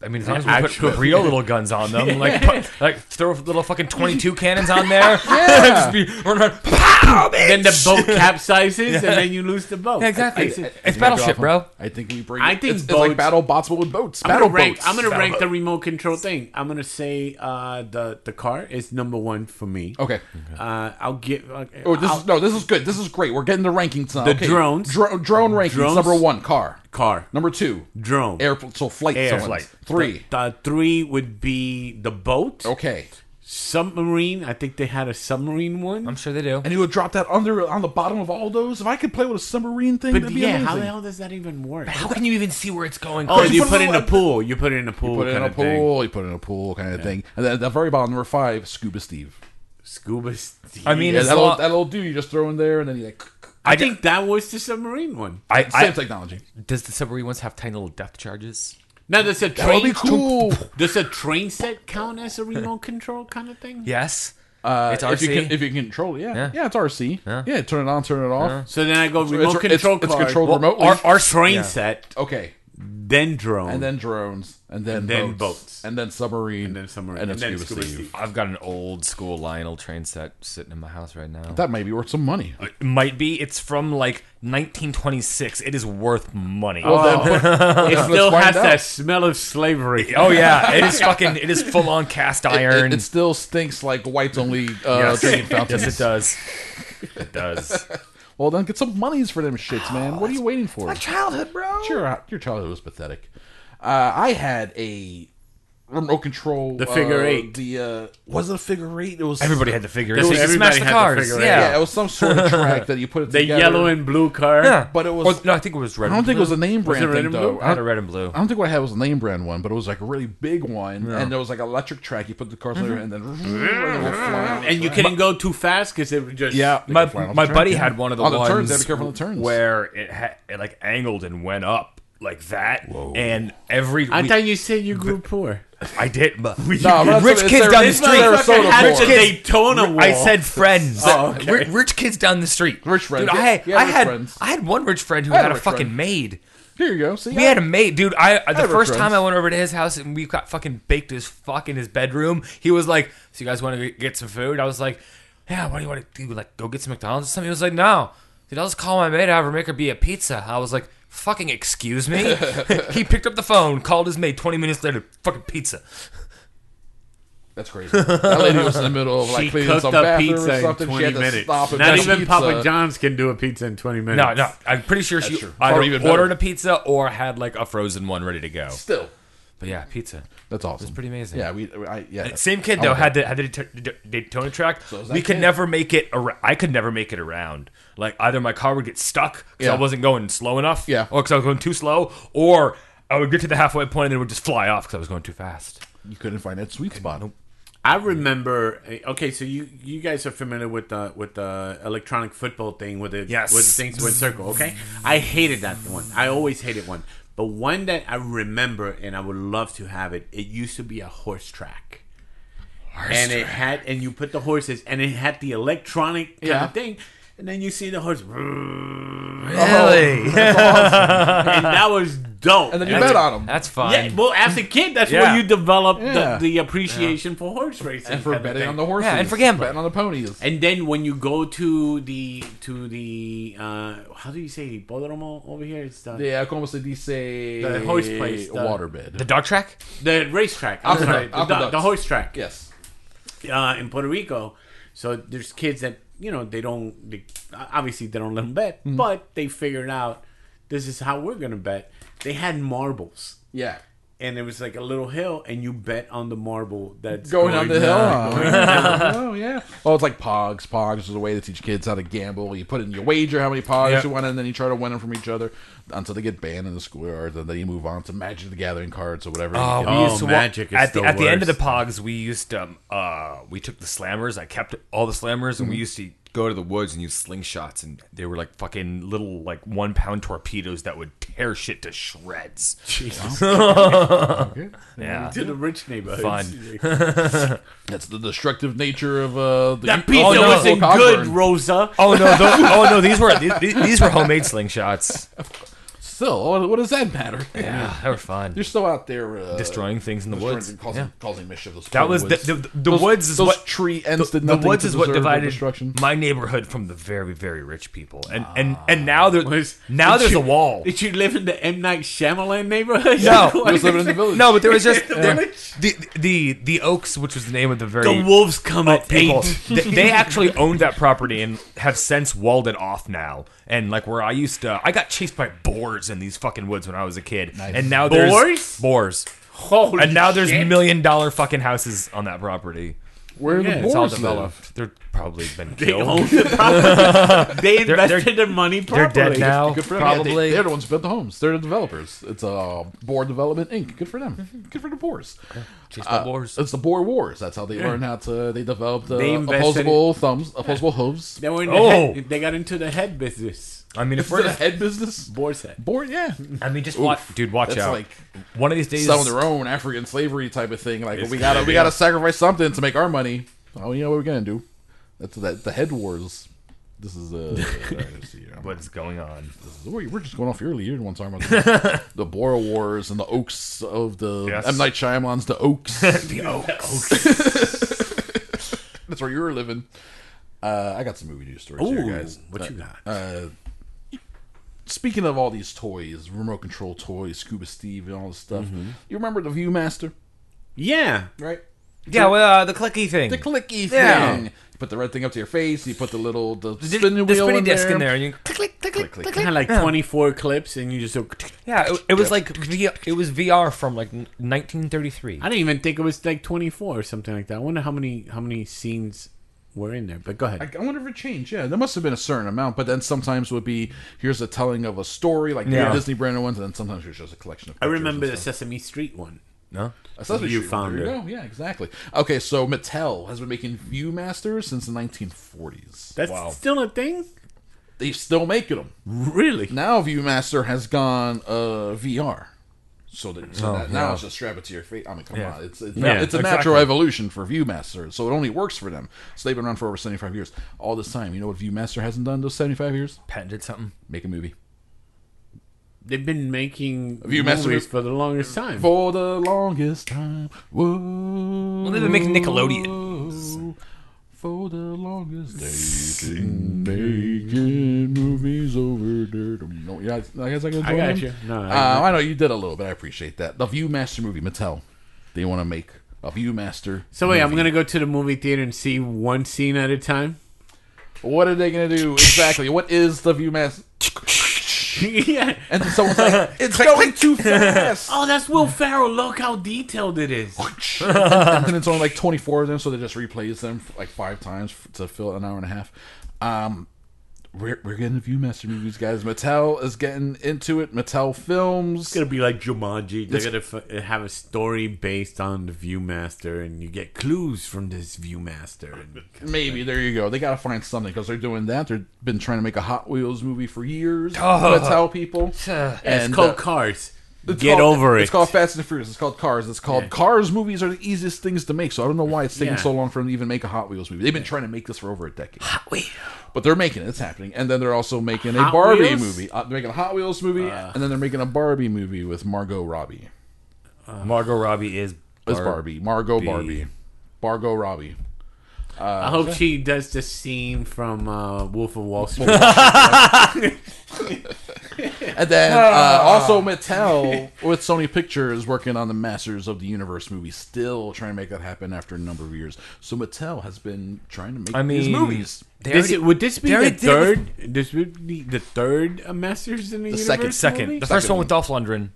I mean, as long as we put,
Actual-
put real little guns on them, like put, like throw little fucking twenty two cannons on there, just be run around, pow, bitch!
Then the boat capsizes, and then you lose the boat.
Yeah, exactly.
I, I,
it's battleship, bro.
I think we bring.
I think
it's, it's like
boats-
battle bots, but with boats.
am
battle
gonna rank.
boats.
I'm gonna
Battle
rank the
boat.
remote control thing. I'm gonna say uh, the the car is number one for me.
Okay.
Uh, I'll get. Okay,
Oh, this
I'll-
is no. This is good. This is great. We're getting the rankings. Now.
The
okay.
drones.
Dro- drone rankings.
Drones.
Number one, car.
car.
Number two,
Drone.
air. So flight.
Air.
someone.
Flight.
Three.
The three would be the boat.
Okay.
Submarine. I think they had a submarine one.
I'm sure they do.
And you would drop that under on the bottom of all those. If I could play with a submarine thing,
but
that'd be
yeah,
amazing.
how the hell does that even work?
How can you even see where it's going?
Oh,
Chris?
you
put
put
it
it in
on-
a pool. You put it in a pool.
put it in
kind
a
of thing.
pool. You put it in a pool, kind of thing. And then at the very bottom, number five, Scuba Steve.
Scuba. Steve.
I mean,
Yeah,
it's
that'll
lo-
that'll do. You just throw in there, and then you like
I think that was the submarine one.
I,
same
I,
technology.
does the submarine ones have tiny little depth charges?
Now there's a
That would
train.
be cool.
Does a train set count as a remote control kind of thing?
Yes,
Uh,
it's RC.
If you can, if you can control it, yeah. yeah,
Yeah.
it's RC. Yeah. turn it on, turn it off.
So then I go
it's-
remote
it's-
control
it's
car.
controlled
Well,
remotely.
Our, our train
Yeah.
set,
Okay,
then drone,
and then drones, and then
And then
boats,
boats.
and then submarine,
and then submarine,
and then,
Scuba Steve.
I've got an old school Lionel train set sitting in my house right now.
That might be worth some money.
It might be. It's from like 1926. It is worth money.
Well,
Oh,
then put-
It still
find
has
out.
that smell of slavery.
Oh,
Oh,
yeah, it is fucking. It is full on cast iron.
it, it still stinks like whites only uh,
Yes.
drinking fountains.
yes, it does. It does.
Well, then get some monies for them
Oh,
shits, man. What are you waiting for? My
childhood, bro.
Your, your childhood was pathetic. Uh, I had a remote control.
The figure
uh,
eight.
The uh, was it a figure eight? It was
Everybody had to figure it.
That's
out.
what
You
everybody
smash the
had to
cars.
figure it
Yeah,
yeah.
it was some sort of track that you put it
The
together.
yellow and blue car.
yeah.
but it was-
Or- no, I think it was
I
red.
don't
and
think it
blue.
was a name brand
it red
thing
and
though.
blue?
I
I had
don't-
a red and blue.
I don't think what I had was a name brand one, but it was like a really big one, and there was like electric track. You put the cars under,
Mm-hmm.
and then and they were flying.
And you couldn't go too fast because it would just
yeah.
my
they could fly off the
my
track,
buddy
yeah.
had one of the
on the
ones
turns. They had to be careful on the turns.
where it ha- it like angled and went up like that, and every
I
we-
thought you said you grew poor.
I did, but
No, but
rich
it's
kids
their-
down the
it's
street.
their
Rich
Minnesota
Had
poor.
a Daytona wall.
I said friends.
Oh, okay.
Ri- rich kids down the street.
Rich friends,
Dude, I,
yeah.
had-
Yeah,
I
rich
had
friends.
I had one rich friend who
I had
had,
a
a
rich
fucking
friend.
maid.
Here you go. See,
We had a maid, dude. I, the
had rich
first time
friends.
I went over to his house and we got fucking baked as fuck in his bedroom. He was like, "So you guys want to get some food?" I was like, "Yeah, what do you want to do? Like, go get some McDonald's or something?" He was like, "No, dude. I'll just call my maid. Have her make her be a pizza." I was like. Fucking excuse me. he picked up the phone, called his maid. Twenty minutes later, fucking pizza.
That's crazy. That lady was in the middle of like
she
cleaning
cooked
some
up
bathroom
pizza
or
in
something. she
twenty
had to
minutes.
stop and
Not
make
even
pizza.
Papa John's can do a pizza in twenty minutes.
No, no, I'm pretty sure she
true. Or
either
even better.
ordered a pizza or had like a frozen one ready to go.
Still,
But yeah, pizza.
that's awesome. It's
pretty amazing.
Yeah, we. I, yeah.
Same kid
I
though
like
had the had the Det- Det- Daytona track.
Oh So is that
we could
kid.
never make it. Ar- I could never make it around. Like either my car would get stuck because
Yeah.
I wasn't going slow enough,
Yeah.
or because I was going too slow, or I would get to the halfway point and it would just fly off because I was going too fast.
You couldn't find that sweet spot.
I remember. eh, Okay, so you you guys are familiar with the with the electronic football thing with the
Yes.
with the things with circle. Okay, I hated that one. I always hated one. But one that I remember and I would love to have it. It used to be a horse track. and it had and you put the horses and it had the electronic kind
Yeah.
of thing. And then you see the horse, Oh. and
Really?
that was dope.
And then you bet on them.
That's fine.
Yeah, well, as a kid, that's
Yeah.
where you develop
Yeah.
the, the appreciation for horse racing
And for
kind of
betting
thing.
on the horses.
and for gambling.
Betting on the ponies.
And then when you go to the to the uh, how do you say hipódromo over here? It's the
Yeah, como se dice?
The horse place, the-
Waterbed.
the dog track.
the racetrack. I'm
Aqueduct,
sorry, the,
aqueduct.
the horse track.
yes.
uh, in Puerto Rico. So there's kids that you know they don't they, obviously they don't let them bet,
Mm.
but they figured out this is how we're gonna bet. They had marbles.
Yeah.
And it was like a little hill, and you bet on the marble that's
Going down the hill.
down.
Oh yeah. Well, it's like pogs. Pogs is a way to teach kids how to gamble. You put in your wager how many pogs
Yep.
you want, and then you try to win them from each other until they get banned in the schoolyard, and then you move on to Magic the Gathering cards or whatever.
Oh,
You
we
can-
used to walk-
Magic is
at the,
the
at the end of the
worst.
pogs. We used to um, uh, we took the slammers. I kept all the slammers, and we
Mm-hmm.
used to go to the woods and use slingshots, and they were like fucking little like one pound torpedoes that would tear shit to shreds. yeah.
to the rich neighborhood.
Fun.
That's the destructive nature of uh, the
That pizza
Oh, no.
wasn't
Cogburn.
good, Rosa.
Oh no! Those, oh no! These were these, these were homemade slingshots.
still, what, what does that matter?
Yeah, they were fun.
You're still out there uh,
Destroying things in the
destroying-
woods.
causing,
Yeah.
causing mischief. Those
That
pine
was the,
woods.
the, the
Those-
woods is
those
what
tree ends
the,
did
the
nothing
woods
to
is what
deserve their
divided
destruction.
my neighborhood from the very very rich people, and and
Ah.
and now there now
Did
there's
you-
a wall.
Did you live in the M Night Shyamalan neighborhood?
No.
Like-
He was living in the village.
No, but there was just there- the, the the Oaks, which was the name of the very
the wolves come at
Oh, people.
eight.
they, they actually owned that property and have since walled it off now. And like where I used to, I got chased by boars in these fucking woods when I was a kid. And now there's
Boars?
boars.
Holy
and now there's
shit.
million dollar fucking houses on that property.
where
Yeah,
the
it's
It's all
boars live.
developed. They're probably been
They own
killed.
the property. they
they're-
invested their money
They're
properly.
dead now.
Good for them. Yeah,
Probably.
they, they're the ones who built the homes. They're the developers. It's uh, Boar Development Inc. Good for them.
Mm-hmm.
Good for the Boars. Uh,
Chased by boars.
It's the Boer Wars. That's how they learn how to. They developed uh,
They invested-
opposable thumbs, opposable hooves.
They were in the
Oh.
head, They got into the head business.
I mean, if
For
we're
the head business,
Boar's head.
Boar, yeah,
I mean, just watch, dude. Watch
That's
out.
like
One of these days,
selling their own African slavery type of thing. Like we gotta, we gotta sacrifice something to make our money. Oh, you know what we're gonna do? That's that. The head wars. This is uh, let's see, um,
what's going on?
we- we're just going off early. You didn't want to talk about the Boer Wars and the Oaks of the
Yes.
M Night Shyamalan's The Oaks.
The Oaks.
That's where you were living. Uh, I got some movie news stories
Ooh,
here, guys.
what
Uh,
you got?
Speaking of all these toys, remote control toys, Scuba Steve, and all this stuff,
Mm-hmm.
you remember the ViewMaster,
yeah.
right?
Yeah, well, uh, the clicky thing.
The clicky
Yeah.
thing. You put the red thing up to your face. You put the little the,
The-
spinning
the
wheel
spinning
in
disc
there.
in there, and you click, click, click,
Click,
click,
click, click.
click.
Kind of like 24 clips, and you just go.
Yeah, it, it was like v, it was VR from like 1933.
I didn't even think it was like 24 or something like that. I wonder how many how many scenes were in there. But go ahead.
I I wonder if it changed. Yeah, there must have been a certain amount, but then sometimes would be here's a telling of a story, like
Yeah.
the Disney branded ones, and then sometimes it's just a collection of.
I
pictures
remember
and
the
stuff.
Sesame Street one.
No,
A Sesame
You
Street
found
one. There you
it.
go. Yeah, exactly. Okay, so Mattel has been making ViewMasters since the 1940s.
That's
Wow.
still a thing?
they still making them.
Really?
Now ViewMaster has gone uh, VR. So, that, so that, now it's just strap it to your face. I mean, come
Oh, Yeah.
on, it's it's,
Yeah,
it's a natural evolution for ViewMaster. So it only works for them. So they've been around for over seventy five years. All this time, you know what ViewMaster hasn't done those seventy five years?
patented something.
Make a movie
They've been making
you messed
movies
with-
for the longest time.
for the longest time. Whoa.
Well, they've been making Nickelodeon.
For the longest they've been making movies over there. You know, yeah, I guess I can.
I
join
got
in?
you. No, I-
Uh, I know you did a little bit. I appreciate that. The ViewMaster movie, Mattel. They want to make a ViewMaster.
So wait, I'm gonna go to the movie theater and see one scene at a time.
What are they going to do exactly? What is the ViewMaster?
yeah.
And then someone's like, "It's going too fast."
Oh, that's Will Ferrell. Look how detailed it is.
and it's only like 24 of them, so they just replays them like five times f- to fill an hour and a half. Um, we're, we're getting ViewMaster movies, guys. Mattel is getting into it. Mattel Films.
It's gonna be like Jumanji. They're gonna f- uh, have a story based on the ViewMaster, and you get clues from this ViewMaster. And
Maybe there you go. They gotta find something because they're doing that. They've been trying to make a Hot Wheels movie for years. Mattel people.
Oh. it's
And,
called
uh,
Cars.
it's
Get
called-
over it.
It's called Fast and Furious. It's called Cars. It's called Cars. Movies are the easiest things to make, so I don't know why it's taking
Yeah.
so long for them to even make a Hot Wheels movie. They've been trying to make this for over a decade. Hot Wheels. But they're making it. It's happening. And then they're also making a
Hot
Barbie
Wheels?
movie. Uh, they're making a Hot Wheels movie, and then they're making a Barbie movie with Margot Robbie.
Uh, Margot Robbie is
It's Barbie. Margot Barbie. Margot Robbie.
I hope she does the scene from uh, Wolf of Wall Street.
And then
Ah.
uh, also Mattel with Sony Pictures working on the Masters of the Universe movie, still trying to make that happen after a number of years. So Mattel has been trying to make
I mean,
these movies.
They
This-
already-
would this be
they
the
already did it with-
third? This would be the third uh, Masters in the,
The
Universe
second-
second?
movie?
The first
Second.
one with Dolph Lundgren,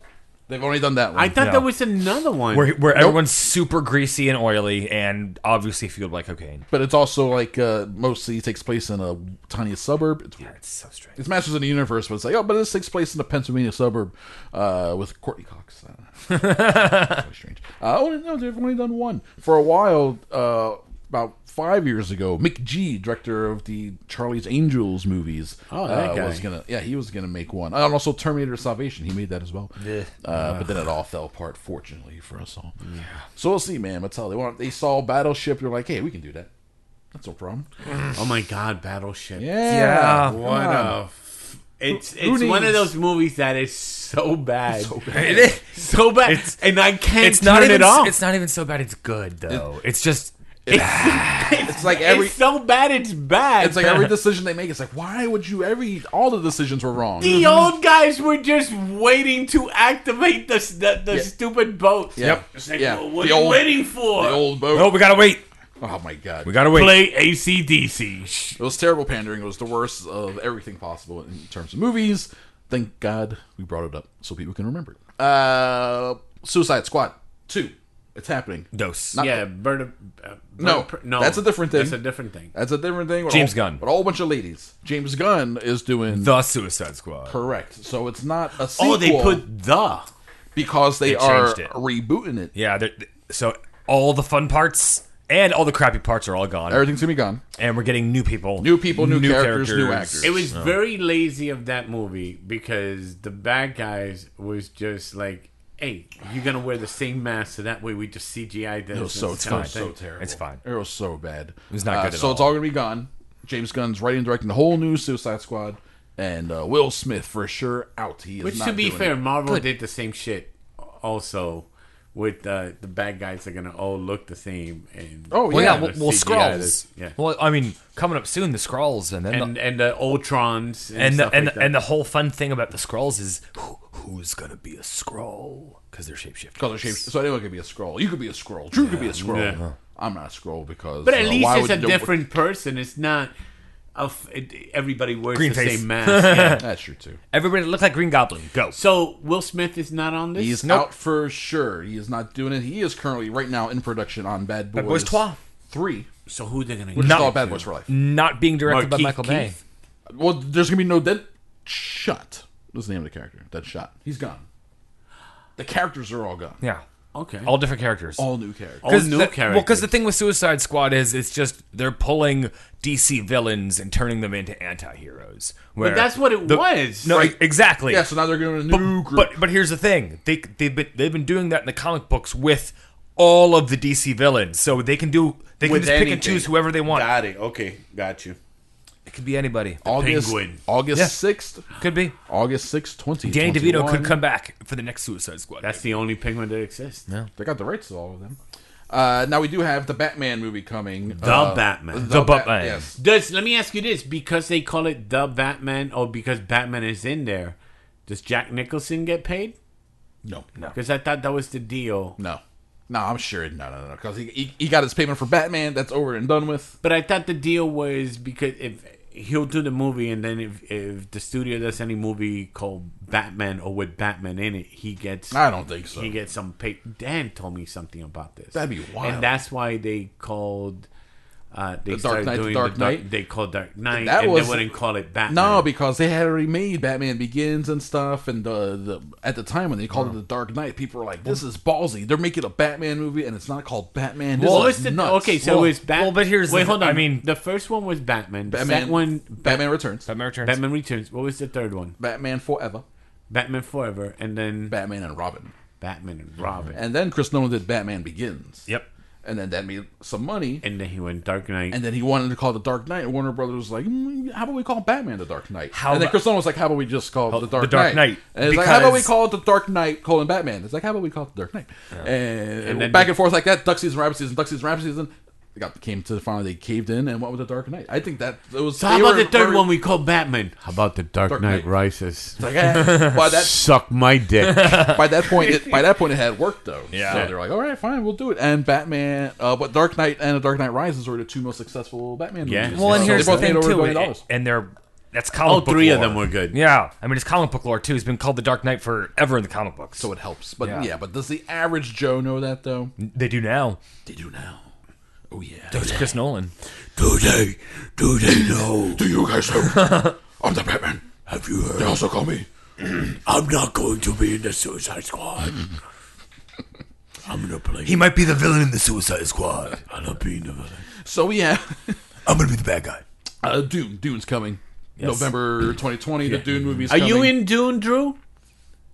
They've only done that one.
I thought
No.
there was another one.
where where everyone's super greasy and oily and obviously fueled by cocaine.
but it's also like uh, mostly takes place in a tiny suburb. It's weird.
It's so strange.
It's Masters of the Universe, but it's like, oh, but this takes place in a Pennsylvania suburb uh, with Courtney Cox. I don't know. It's really strange. Uh, oh no, they've only done one for a while. Uh, about five years ago, Mick G, director of the Charlie's Angels movies,
Oh, that
uh,
guy.
was gonna yeah he was gonna make one, and also Terminator Salvation. He made that as well. Uh, but then it all fell apart, fortunately for us all. So we'll see, man. Mattel, they want they saw Battleship. They're like, hey, we can do that. That's no problem.
Oh my God, Battleship.
Yeah.
Yeah.
What a f- It's
Who
it's one
needs-
of those movies that is so bad, so bad,
It is-
and I can't
It's
turn
not even.
it off.
It's not even so bad. It's good though. it's just.
It's like every.
it's so bad, it's bad.
It's like every decision they make. It's like, why would you? Every all the decisions were wrong.
the old guys were just waiting to activate the the, the
Yeah.
stupid boat.
Yep.
It's like,
Yeah.
well, what
The
are you
old-
waiting for?
The old boat.
Oh, we gotta wait.
Oh my god.
We gotta wait.
Play ACDC.
It was terrible pandering. It was the worst of everything possible in terms of movies. Thank God we brought it up so people can remember. it. Uh, Suicide Squad two. It's happening.
Dose.
Not-
Yeah, burn a, uh, burn
No,
a pr- no,
that's a different thing.
That's a different thing.
That's a different thing. with
James
all-
Gunn.
with a whole bunch of ladies. James Gunn is doing
the Suicide Squad.
correct. So it's not a sequel.
Oh, they put the.
because they,
They
are
changed it.
rebooting it.
Yeah. they're- So all the fun parts and all the crappy parts are all gone,
Everything's gonna be gone.
and we're getting new people,
Er, New people, new characters, new actors.
It was very lazy of that movie because the bad guys was just like, "Hey, you're gonna wear the same mask, so that way we just CGI this."
It was so
and this
it's
kind of
so
thing."
terrible.
It's fine.
It was so bad. It
was not good at
so it's
all.
all gonna be gone. James Gunn's writing and directing the whole new Suicide Squad, and uh, Will Smith for sure out. He is
Which,
not
to be
doing
fair,
it.
Marvel did the same shit also. With uh, the bad guys are gonna all look the same, and
Oh,
Well,
Yeah,
yeah, well,
the
well
CGI
Skrulls.
that- yeah,
Well, I mean, coming up soon, the Skrulls, and then
and
the,
and the Ultrons, and
and
stuff
the, and,
like
the,
that.
and the whole fun thing about the Skrulls is who, who's gonna be a Skrull because they're shapeshifters.
color shapes. So anyone could be a scroll. You could be a scroll. Drew could be a scroll.
Yeah.
I'm not a scroll because.
But at
uh,
least
why
it's a
would you-
different person. It's not. A f- it- everybody wears
Green
the
face.
same mask. yeah.
That's true too.
Everybody look like Green Goblin. Go.
So Will Smith is not on this.
He is out for sure. He is not doing it. He is currently right now in production on Bad Boys.
Bad Boys 3.
Three.
So who they're gonna?
Which
Not-
is called Bad Boys for Life.
Not being directed by
Markeith
Michael Bay.
Keith.
Well, there's gonna be no dead shot. That's the name of the character. Dead shot. He's gone. The characters are all gone.
Yeah.
Okay.
All different characters.
All new characters.
All
'Cause
new
the,
characters.
Well, because the thing with Suicide Squad is it's just they're pulling DC villains and turning them into anti-heroes. Where
but that's what it
the-
was.
No, exactly.
Yeah, so now they're going to a
but,
new group.
but but here's the thing they they've been they've been doing that in the comic books with all of the DC villains, so they can do they can
With
just pick
anything.
and choose whoever they want.
Got it. Okay, got you.
It could be anybody.
August,
Penguin.
Yeah.
August sixth,
Could be
August sixth, twenty.
Danny DeVito could come back for the next Suicide Squad.
That's the only penguin that exists. No.
They got the rights to all of them. Uh, now we do have the Batman movie coming. uh,
The Batman.
The
Bat-
Batman.
Yes.
Does let me ask you this: because they call it the Batman, or because Batman is in there, does Jack Nicholson get paid?
No. No.
Because I thought that was the deal.
No. No. I'm sure. No. No. No. Because he, he he got his payment for Batman. That's over and done with.
But I thought the deal was because if he'll do the movie, and then if if the studio does any movie called Batman or with Batman in it, he gets
I don't think so.
he gets some pay. Dan told me something about this.
That'd be wild.
And that's why they called. Uh, they
The Dark
started
Knight, the
doing
Dark
the dark,
Knight?
They called Dark Knight,
That
and
was-
they wouldn't call it Batman.
No, because they had already made Batman Begins and stuff, and the, the at the time when they
Oh.
called it the Dark Knight, people were like, "This is ballsy." They're making a Batman movie, and it's not called Batman. This
well,
is
it's the,
nuts.
okay, so
Well-
it's Batman.
well, but here's the
wait,
thi-
hold on.
I mean-
the first one was Batman. The
Batman
second one,
Batman Returns,
Batman Returns.
Batman Returns. What was the third one?
Batman Forever,
Batman Forever, and then
Batman and Robin,
Batman and Robin,
and then Chris Nolan did Batman Begins.
Yep.
and then that made some money,
and then he went Dark Knight.
and then he wanted to call it the Dark Knight, and Warner Brothers was like, mm, "How about we call Batman the Dark Knight?"
How
and then
about-
Chris Nolan was like, "How about we just call it the Dark,
The Dark Knight,
And it's like, "How about we
because-
call it the Dark Knight: colon Batman?" It's like, "How about we call it the Dark Knight?" And,
And then
back
the-
and forth like that, duck season, rabbit season, duck season, rabbit season. They got came to finally they caved in and went with the Dark Knight. I think that it was.
so how
they
about
were
the third
very-
one we call Batman? How about the Dark,
Dark Knight.
Knight, Rises?
Like, eh, by that
Suck my dick.
by that point, it, by that point, it had worked though.
Yeah.
So they're like, all right, fine, we'll do it. And Batman, uh, but Dark Knight and The Dark Knight Rises were the two most successful Batman
Yeah.
movies.
Well, and
So
here's
they
the
both made
thing
over a
too,
billion
and,
dollars.
and they're that's comic
All
book
three of
lore.
them were good.
Yeah, I mean it's comic book lore too. It's been called the Dark Knight forever in the comic books.
So it helps, but yeah.
Yeah.
but does the average Joe know that though?
they do now.
They do now. Oh yeah.
It's Chris Nolan.
Do they? Do they know? Do you guys know? I'm the Batman. Have you heard? They also call me.
I'm not going to be in the Suicide Squad. I'm gonna play.
He might be the villain in the Suicide Squad. I love being the villain.
So yeah,
I'm gonna be the bad guy.
uh, Dune. Dune's coming. November 2020, the Dune movie's
Are
coming.
you in Dune, Drew?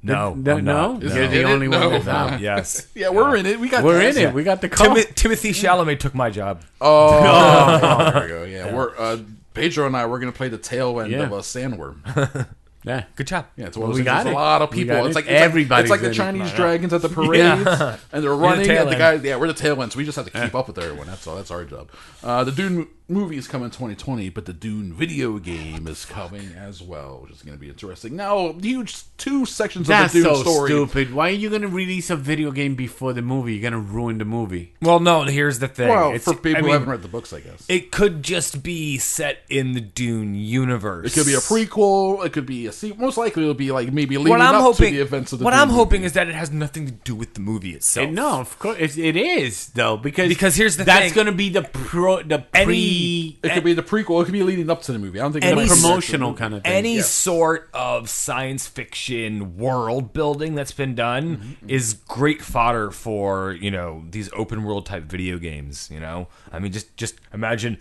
No,
No,
I'm not.
no? you're the
it?
only
No.
one that's out.
Yes.
Yeah, we're in it. We got
We're
this.
in it. We got the call.
Timi- Timothy Chalamet took my job.
Oh, there we go. Yeah, we're uh, Pedro and I. We're gonna play the tail end
Oh. Yeah.
of a sandworm.
Yeah.
Good job.
Yeah, it's one of
Well,
those
we
things.
got
There's a
it.
lot of
We
people.
got
It's
it.
like it's like-
Everybody's
It's like
in
the
it.
Chinese
Yeah.
dragons at the parades, and they're running.
tail
and the
end.
guys, yeah, we're the tail ends. We just have to keep up with everyone. That's all. That's our job. Uh, the Dune mo- movie is coming 2020, but the Dune video game is coming as well, which is going to be interesting. Now, huge two sections
That's
of the
so
Dune story.
stupid. Why are you going to release a video game before the movie? You're going to ruin the movie.
Well, no, here's the thing.
Well,
It's-
for people
I
who
mean,
haven't read the books, I guess it,
it could just be set in the Dune universe.
could be a prequel. It could be a sequel. Most likely, it'll be like maybe leading
What I'm
up
hoping,
to the events of the.
what
Dune
I'm hoping
movie.
is that it has nothing to do with the movie itself.
And no, of course it, it is though because
Because here's the
that's
thing.
going to be the pro the
Any-
pre
It could be the prequel. It could be leading up to the movie. I don't think
Any
it'll be connected to the
promotional
movie.
kind of thing.
any sort of science fiction world building that's been done
Mm-hmm,
is great fodder for you know these open world type video games you know i mean just just imagine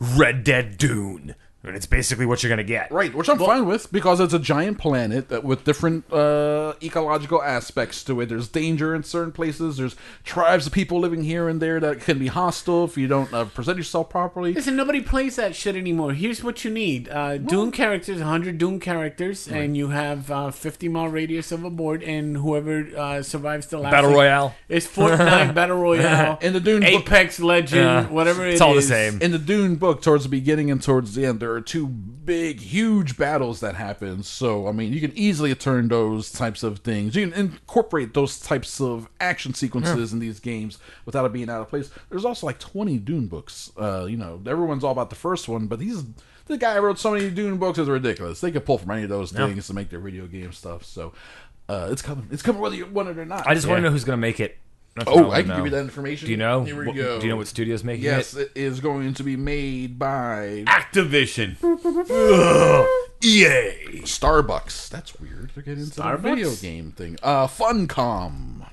red dead dune and it's basically what you're gonna get
Right, which I'm fine with because it's a giant planet that with different uh, ecological aspects to it. There's danger in certain places. There's tribes of people living here and there that can be hostile if you don't uh, present yourself properly.
Listen, nobody plays that shit anymore. Here's what you need: uh, Doom characters, 100 Doom characters, and you have uh, 50 mile radius of a board, and whoever uh, survives the last
Battle
thing-
Royale.
It's Fortnite Battle Royale
In the Dune book-
Apex Legend,
Yeah.
whatever.
It's
it
all the
is.
same.
In the Dune book, towards the beginning and towards the end, there are two big, huge battles that happen. So, I mean, you can easily turn those types of things. You can incorporate those types of action sequences in these games without it being out of place. There's also like 20 Dune books. Uh, you know, everyone's all about the first one, but these the guy who wrote so many Dune books is ridiculous. They could pull from any of those things to make their video game stuff. So, uh, it's coming. It's coming whether you want it or not.
i just want
Yeah.
to know who's gonna make it That's
Oh,
all
I can
wanna
give you
know.
that information.
do you know
Here we
What-
go.
do you know what studio's making
Yes,
it
it is going to be made by
Activision.
yay
Starbucks. That's weird. They're getting into the
Starbucks?
video game thing. Uh, Funcom.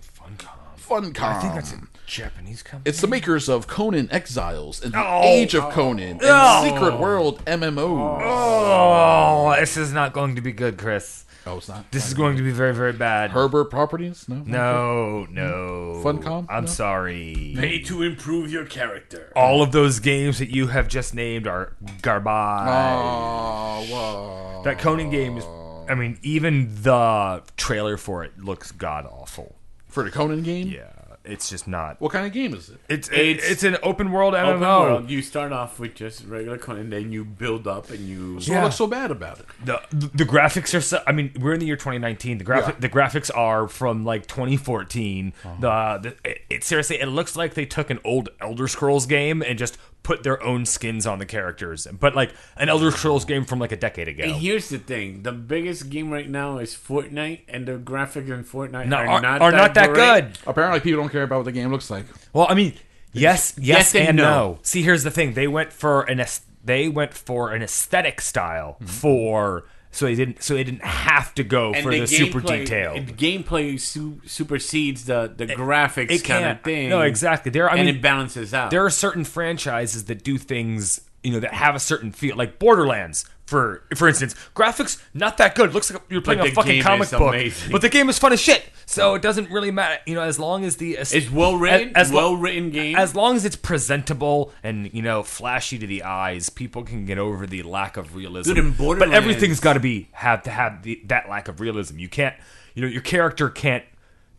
Funcom. Funcom. I think that's
japanese company
It's the makers of Conan Exiles and the
Oh.
Age of Conan and
Oh.
Secret World MMOs.
oh this is not going to be good chris
Oh, it's not.
this is going to be very very bad
Herbert Properties. No.
no no
Funcom?
i'm
No.
sorry
Pay to improve your character.
all of those games that you have just named are garbage.
Oh, whoa.
that Conan game is. I mean, even the trailer for it looks god awful.
For the Conan game.
Yeah, it's just not.
What kind of game is it?
It's it's,
It's-
it's an open world MMO.
Open world. You start off with just regular Conan, then you build up and you.
What
Yeah.
looks so bad about it?
The the graphics are. So, I mean, we're in the year 2019. The graphic
Yeah.
the graphics are from like 2014.
Uh-huh.
The, the it, it seriously it looks like they took an old Elder Scrolls game and just put their own skins on the characters, but like an Elder Scrolls game from like a decade ago.
And here's the thing: the biggest game right now is Fortnite, and the graphics in Fortnite
No,
are,
are,
not
are
that
not that
great.
good.
Apparently, people don't care about what the game looks like.
Well, I mean, yes, yes,
yes and
and no.
no.
See, here's the thing: they went for an aes- they went for an aesthetic style for so they didn't so they didn't have to go for the, super detailed.
the gameplay su- supersedes the the graphics
it
kind
can't-
of thing.
no, exactly. There- I
and
mean,
it balances out.
there are certain franchises that do things you know that have a certain feel like borderlands for for instance graphics not that good looks like you're playing
But
a
the
fucking
game
comic
is
book
amazing.
but the game is fun as shit so it doesn't really matter you know as long as the
it's well written,
as, as lo-
well written game.
as long as it's presentable and you know flashy to the eyes, people can get over the lack of realism.
Dude, in
but
Borderlands-
everything's got to be have to have the, that lack of realism. You can't, you know, your character can't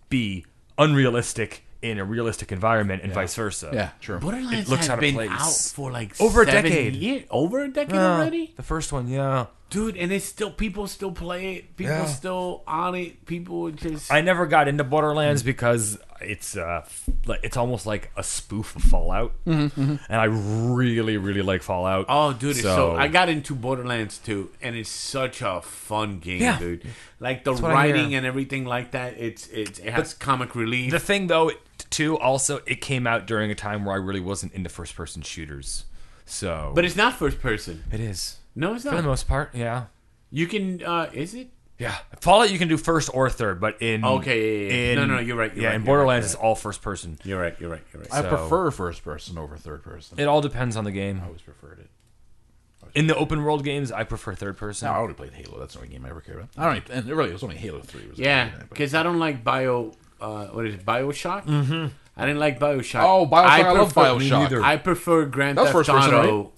be unrealistic in a realistic environment, and vice versa.
Yeah, true.
it
Borderlands
looks
has
out of
been
place.
out for like
Over a
seven
decade.
year- over a decade
Yeah,
already,
the first one, yeah.
dude. And it's still people still play it. People
Yeah.
still on it. People just
I never got into Borderlands
Mm-hmm.
because it's uh, f- like- it's almost like a spoof of Fallout, and I really, really like Fallout.
Mm-hmm, Oh, dude! it's So, I got into Borderlands 2, and it's such a fun game,
Yeah.
dude. Like the
what I hear.
writing and everything like that. It's it's it has comic relief.
The thing, though, it- too, also, it came out during a time where I really wasn't into first person shooters. So.
but it's not first person.
it is.
No, it's
For the
not.
most part, yeah.
You can. uh Is it?
Yeah. Fallout, you can do first or third, but in.
Okay, yeah, yeah, yeah.
in-
No, no, you're right, you're
yeah,
right,
in
you're
Borderlands,
right,
it's all first person.
You're right. You're right. You're right.
I
So-
prefer first person over third person.
It all depends on the game.
Oh,
I always preferred it.
In the open world games, I prefer third person.
No, I only played Halo. That's the only game I ever cared about. I don't. Even, and really, it was only Halo Three. Was
yeah,
the only game I played.
because I don't like Bio. uh What is it? Bioshock. Mm-hmm. I didn't like Bioshock.
Oh, Bioshock, I love Bioshock.
I prefer Grand
That was
Theft
first person,
Auto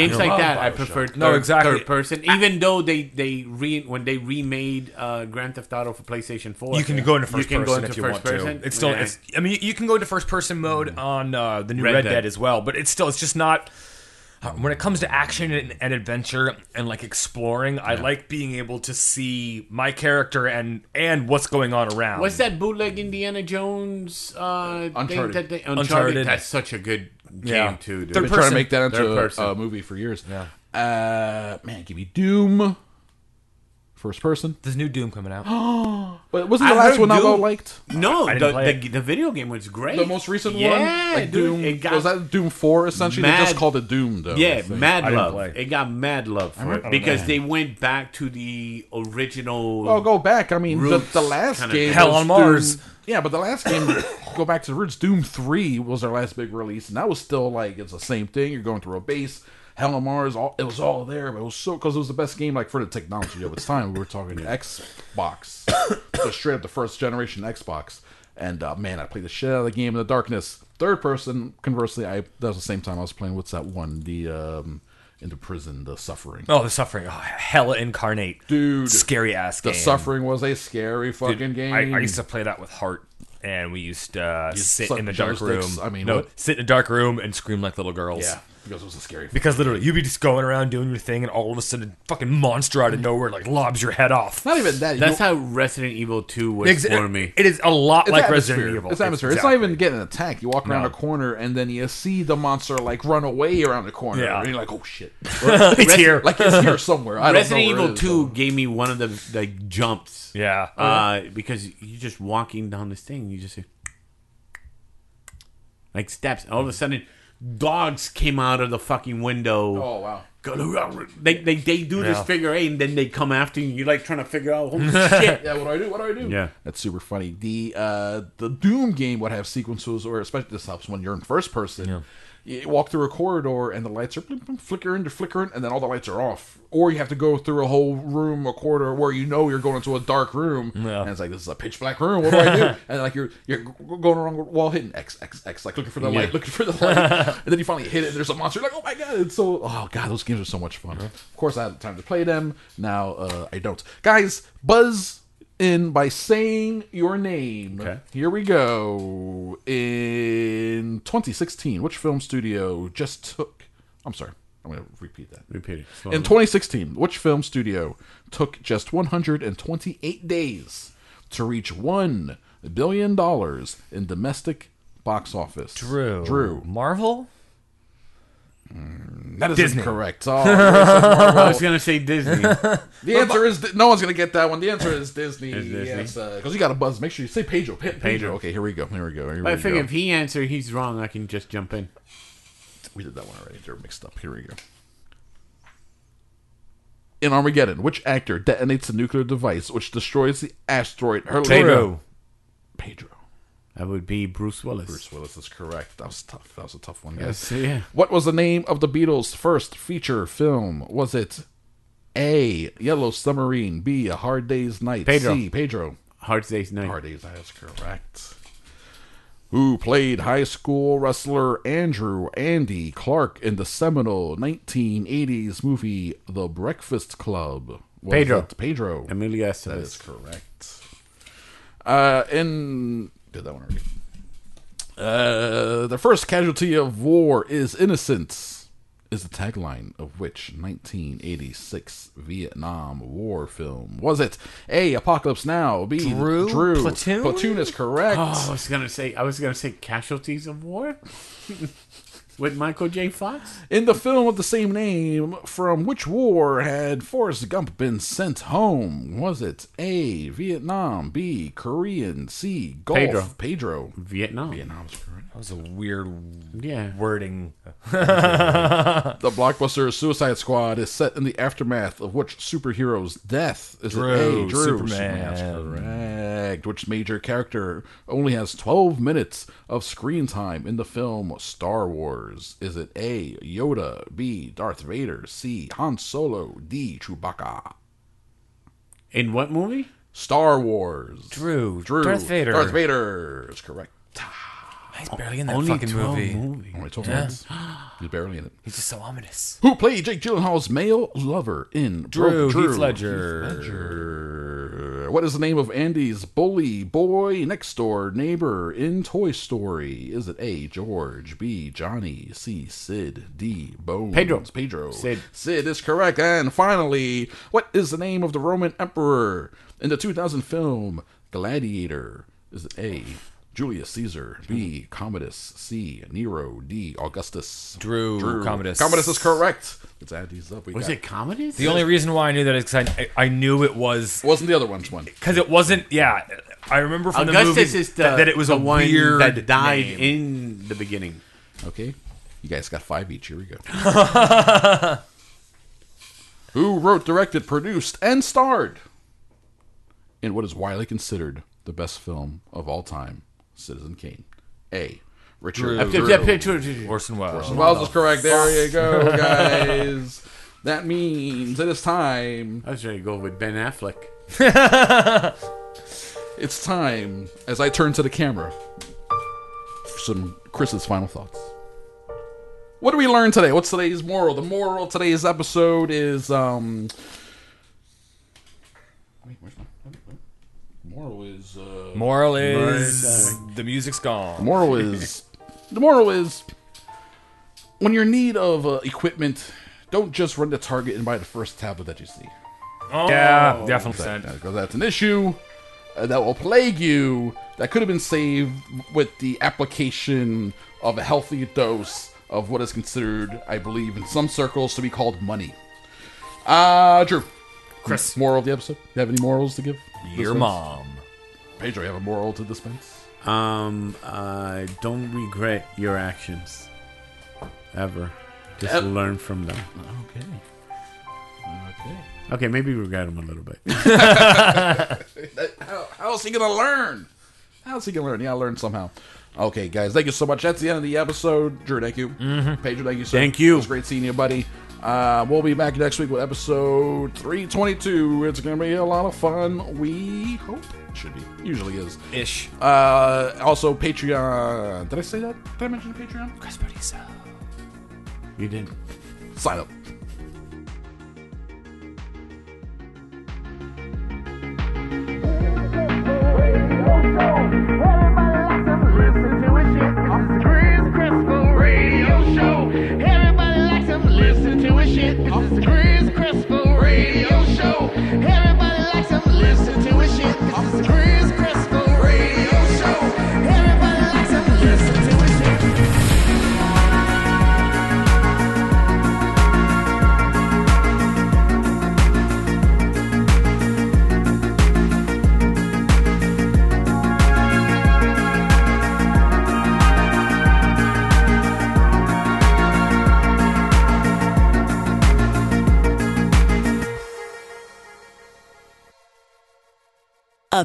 Games
I
like
love
that, I
Bioshock.
prefer
No,
third,
exactly.
third person. Even though they they re when they remade uh, Grand Theft Auto for PlayStation Four,
You can go into first
you can
person
go into
if you
first
want
person.
to. It's still.
Yeah.
It's, I mean, you can go into first person mode on uh, the new
Red
Red,
Dead.
Dead. as well, but it's still. It's just not. uh, When it comes to action and, and adventure and like exploring, I like being able to see my character and and what's going on around.
What's that bootleg Indiana Jones uh,
Uncharted.
thing? That they, Uncharted.
Uncharted.
That's such a good game
Yeah.
too. dude.
Third
Been trying to
person.
make that into
Third
a-
person.
a, movie for years. Yeah. Uh, man, give me Doom. First person.
This new Doom coming out. Oh,
But wasn't the
I
last
heard
one I
Doom.
liked?
No,
I
the,
didn't play
the, the video game was great.
The most recent one.
yeah,
Like
dude,
Doom.
It got,
was that Doom Four? Essentially, they just
Mad-
called it Doom, though. I
Yeah,
think.
mad
didn't
love.
play.
It got mad love for it because they went back to the original.
Well, Oh, go back. I mean, the,
Roots
the last
kinda
game,
thing.
Hell
was
on Mars.
Doom- yeah, but the last game, go back to the roots. Doom Three was their last big release, and that was still like it's the same thing. You're going through a base. Hell on Mars, all, it was all there, but it was so because it was the best game like for the technology of its time. We were talking Xbox, so straight up the first generation Xbox. And uh, man, I played the shit out of the game in the darkness. Third person, conversely, I that was the same time I was playing. What's that one? The um, in the prison, the suffering.
Oh, the suffering. Oh, hella incarnate,
Dude,
Scary ass.
the
game.
suffering was a scary fucking
Dude,
game.
I, I used to play that with Heart, and we used to uh, sit
suck
in the dark
joysticks.
room.
I mean,
no,
what?
sit in a dark room and scream like little girls.
Yeah, because it was a scary.
Because literally, you'd be just going around doing your thing, and all of a sudden, a fucking monster out of nowhere like lobs your head off.
Mm. Not even that. you
That's
know-
how Resident Evil Two was
Ex-
for me.
It is a lot
it's
like
atmosphere.
Resident Evil.
It's atmosphere. It's, not even getting attacked. You walk around a corner and then you see the monster like run away around the corner,
Yeah.
and you're like, "Oh shit!"
exactly. it's here.
like it's here somewhere. I
Resident
don't know where
Evil
it is,
Two
though.
gave me one of the like jumps.
yeah.
Uh, because you're just walking down this thing, you just hear like steps. All of a sudden, dogs came out of the fucking window.
Oh wow!
Go to- rah, rah. They, they they do this
Yeah.
figure eight, and then they come after you. and You're like trying to figure out, holy shit.
Yeah, what do I do? What do I do?
Yeah.
that's super funny. The uh the Doom game would have sequences, or especially this helps when you're in first person. You walk through a corridor and the lights are blim, blim, flickering, they're flickering, and then all the lights are off. Or you have to go through a whole room, a corridor where you know you're going into a dark room, and it's like this is a pitch black room. What do I do? and like you're you're going around the wall hitting X X X, like looking for the light, looking for the light, and then you finally hit it. and There's a monster. You're like oh my god, it's so oh god, those games are so much fun. Of course, I had the time to play them. Now uh, I don't, guys. Buzz in by saying your name. Here we go. In 2016, which film studio just took? I'm sorry, I'm going to repeat that.
Repeat it.
In 2016, which film studio took just 128 days to reach one billion dollars in domestic box office?
Drew.
Drew. Mm,
Marvel.
That is
Disney.
incorrect. Oh, Marvel.
I was gonna say Disney.
the answer is Di- no one's gonna get that one. The answer is Disney.
Is Disney.
Yes, because you got to buzz. Make sure you say Pedro. Pe- Pedro. Okay, here we go. Here we go. Here
But I
we
figure
go.
if he answers, he's wrong. I can just jump in.
We did that one already. They're mixed up. Here we go. In Armageddon, which actor detonates a nuclear device which destroys the asteroid? Hercules?
Pedro.
Pedro.
That would be Bruce Willis.
Bruce Willis is correct. That was tough. That was a tough one,
Yes,
guys.
yeah.
What was the name of the Beatles' first feature film? Was it A. Yellow Submarine, B. A Hard Day's Night,
Pedro.
C. Pedro.
Hard Day's Night.
Hard Day's Night is correct. Who played high school wrestler Andrew Andy Clark in the seminal 1980s movie The Breakfast Club? Was
Pedro.
it Pedro.
Amelia
That is
Estevez.
correct. Uh, in did that one already? Uh, the first casualty of war is innocence. Is the tagline of which 1986 Vietnam War film was it? A. Apocalypse Now. B.
Drew?
Drew.
Platoon? Ah.
Platoon is correct.
Oh, I was gonna say I was gonna say Casualties of War with Michael J. Fox.
In the film of the same name, from which war had Forrest Gump been sent home? Was it A. Vietnam. B. Korean. C. Gulf.
Pedro.
Pedro.
Vietnam.
Vietnam's correct.
That was a weird
Yeah.
wording.
The blockbuster Suicide Squad is set in the aftermath of which superhero's death? Is it
Drew,
A, Drew,
Superman.
Superman's correct. Which major character only has 12 minutes of screen time in the film Star Wars? Is it A, Yoda, B, Darth Vader, C, Han Solo, D, Chewbacca?
In what movie?
Star Wars.
Drew.
Drew.
Darth Vader.
Darth Vader is correct.
He's barely in that
Only
fucking
12
movie.
movies.
Only 12
Yeah.
minutes. He's barely in it.
He's just so ominous.
Who played Jake Gyllenhaal's male lover in
Drew,
Broke
Heath Ledger.
Ledger. What is the name of Andy's bully boy next door neighbor in Toy Story? Is it A. George, B. Johnny, C. Sid, D. Bones?
Pedro.
Pedro.
Sid.
Sid is correct. And finally, what is the name of the Roman emperor in the 2000 film Gladiator? Is it A. Julius Caesar, B. Commodus, C. Nero, D. Augustus.
Drew, Commodus.
Commodus is correct. Let's add these up. We
Was
got-
it comedies?
The only reason why I knew that is because I, I knew it was
It wasn't the other one's one.
because it wasn't. Yeah, I remember from the
Augustus
movie
is the,
that, that it was
the
a
one
weird
that died
name.
in the beginning.
Okay. You guys got five each. Here we go. Who wrote, directed, produced, and starred in what is widely considered the best film of all time, Citizen Kane? A. Richard.
After
Drewes.
that picture,
Orson Welles.
Wells is correct. There you go, guys. that means it is time.
I was ready to go with Ben Affleck.
It's time, as I turn to the camera, for some Chris's final thoughts. What do we learn today? What's today's moral? The moral of today's episode is um. Wait, where's my moral is uh.
Moral is the music's gone.
Moral is the moral is when you're in need of uh, equipment, don't just run to Target and buy the first tablet that you see.
yeah, definitely.
because that's an issue uh, that will plague you that could have been saved with the application of a healthy dose of what is considered, I believe, in some circles to be called money. Uh, Drew.
Chris.
Moral of the episode? You have any morals to give?
Your
Dispense?
mom.
Pedro, you have a moral to dispense?
Um, uh, don't regret your actions ever. Just
Ev-
learn from them.
Okay. Okay.
Okay, maybe regret them a little bit.
How, how is he gonna learn? How's he gonna learn? Yeah, I learned somehow. Okay, guys, thank you so much. That's the end of the episode. Drew, thank you. Pedro, thank you. Sir.
Mm-hmm. Thank you.
It was great seeing you, buddy. Uh, we'll be back next week with episode 322. It's gonna be a lot of fun. We hope should be. Usually is.
Ish.
Uh, also, Patreon. Did I say that? Did I mention Patreon?
you did.
Sign up.
A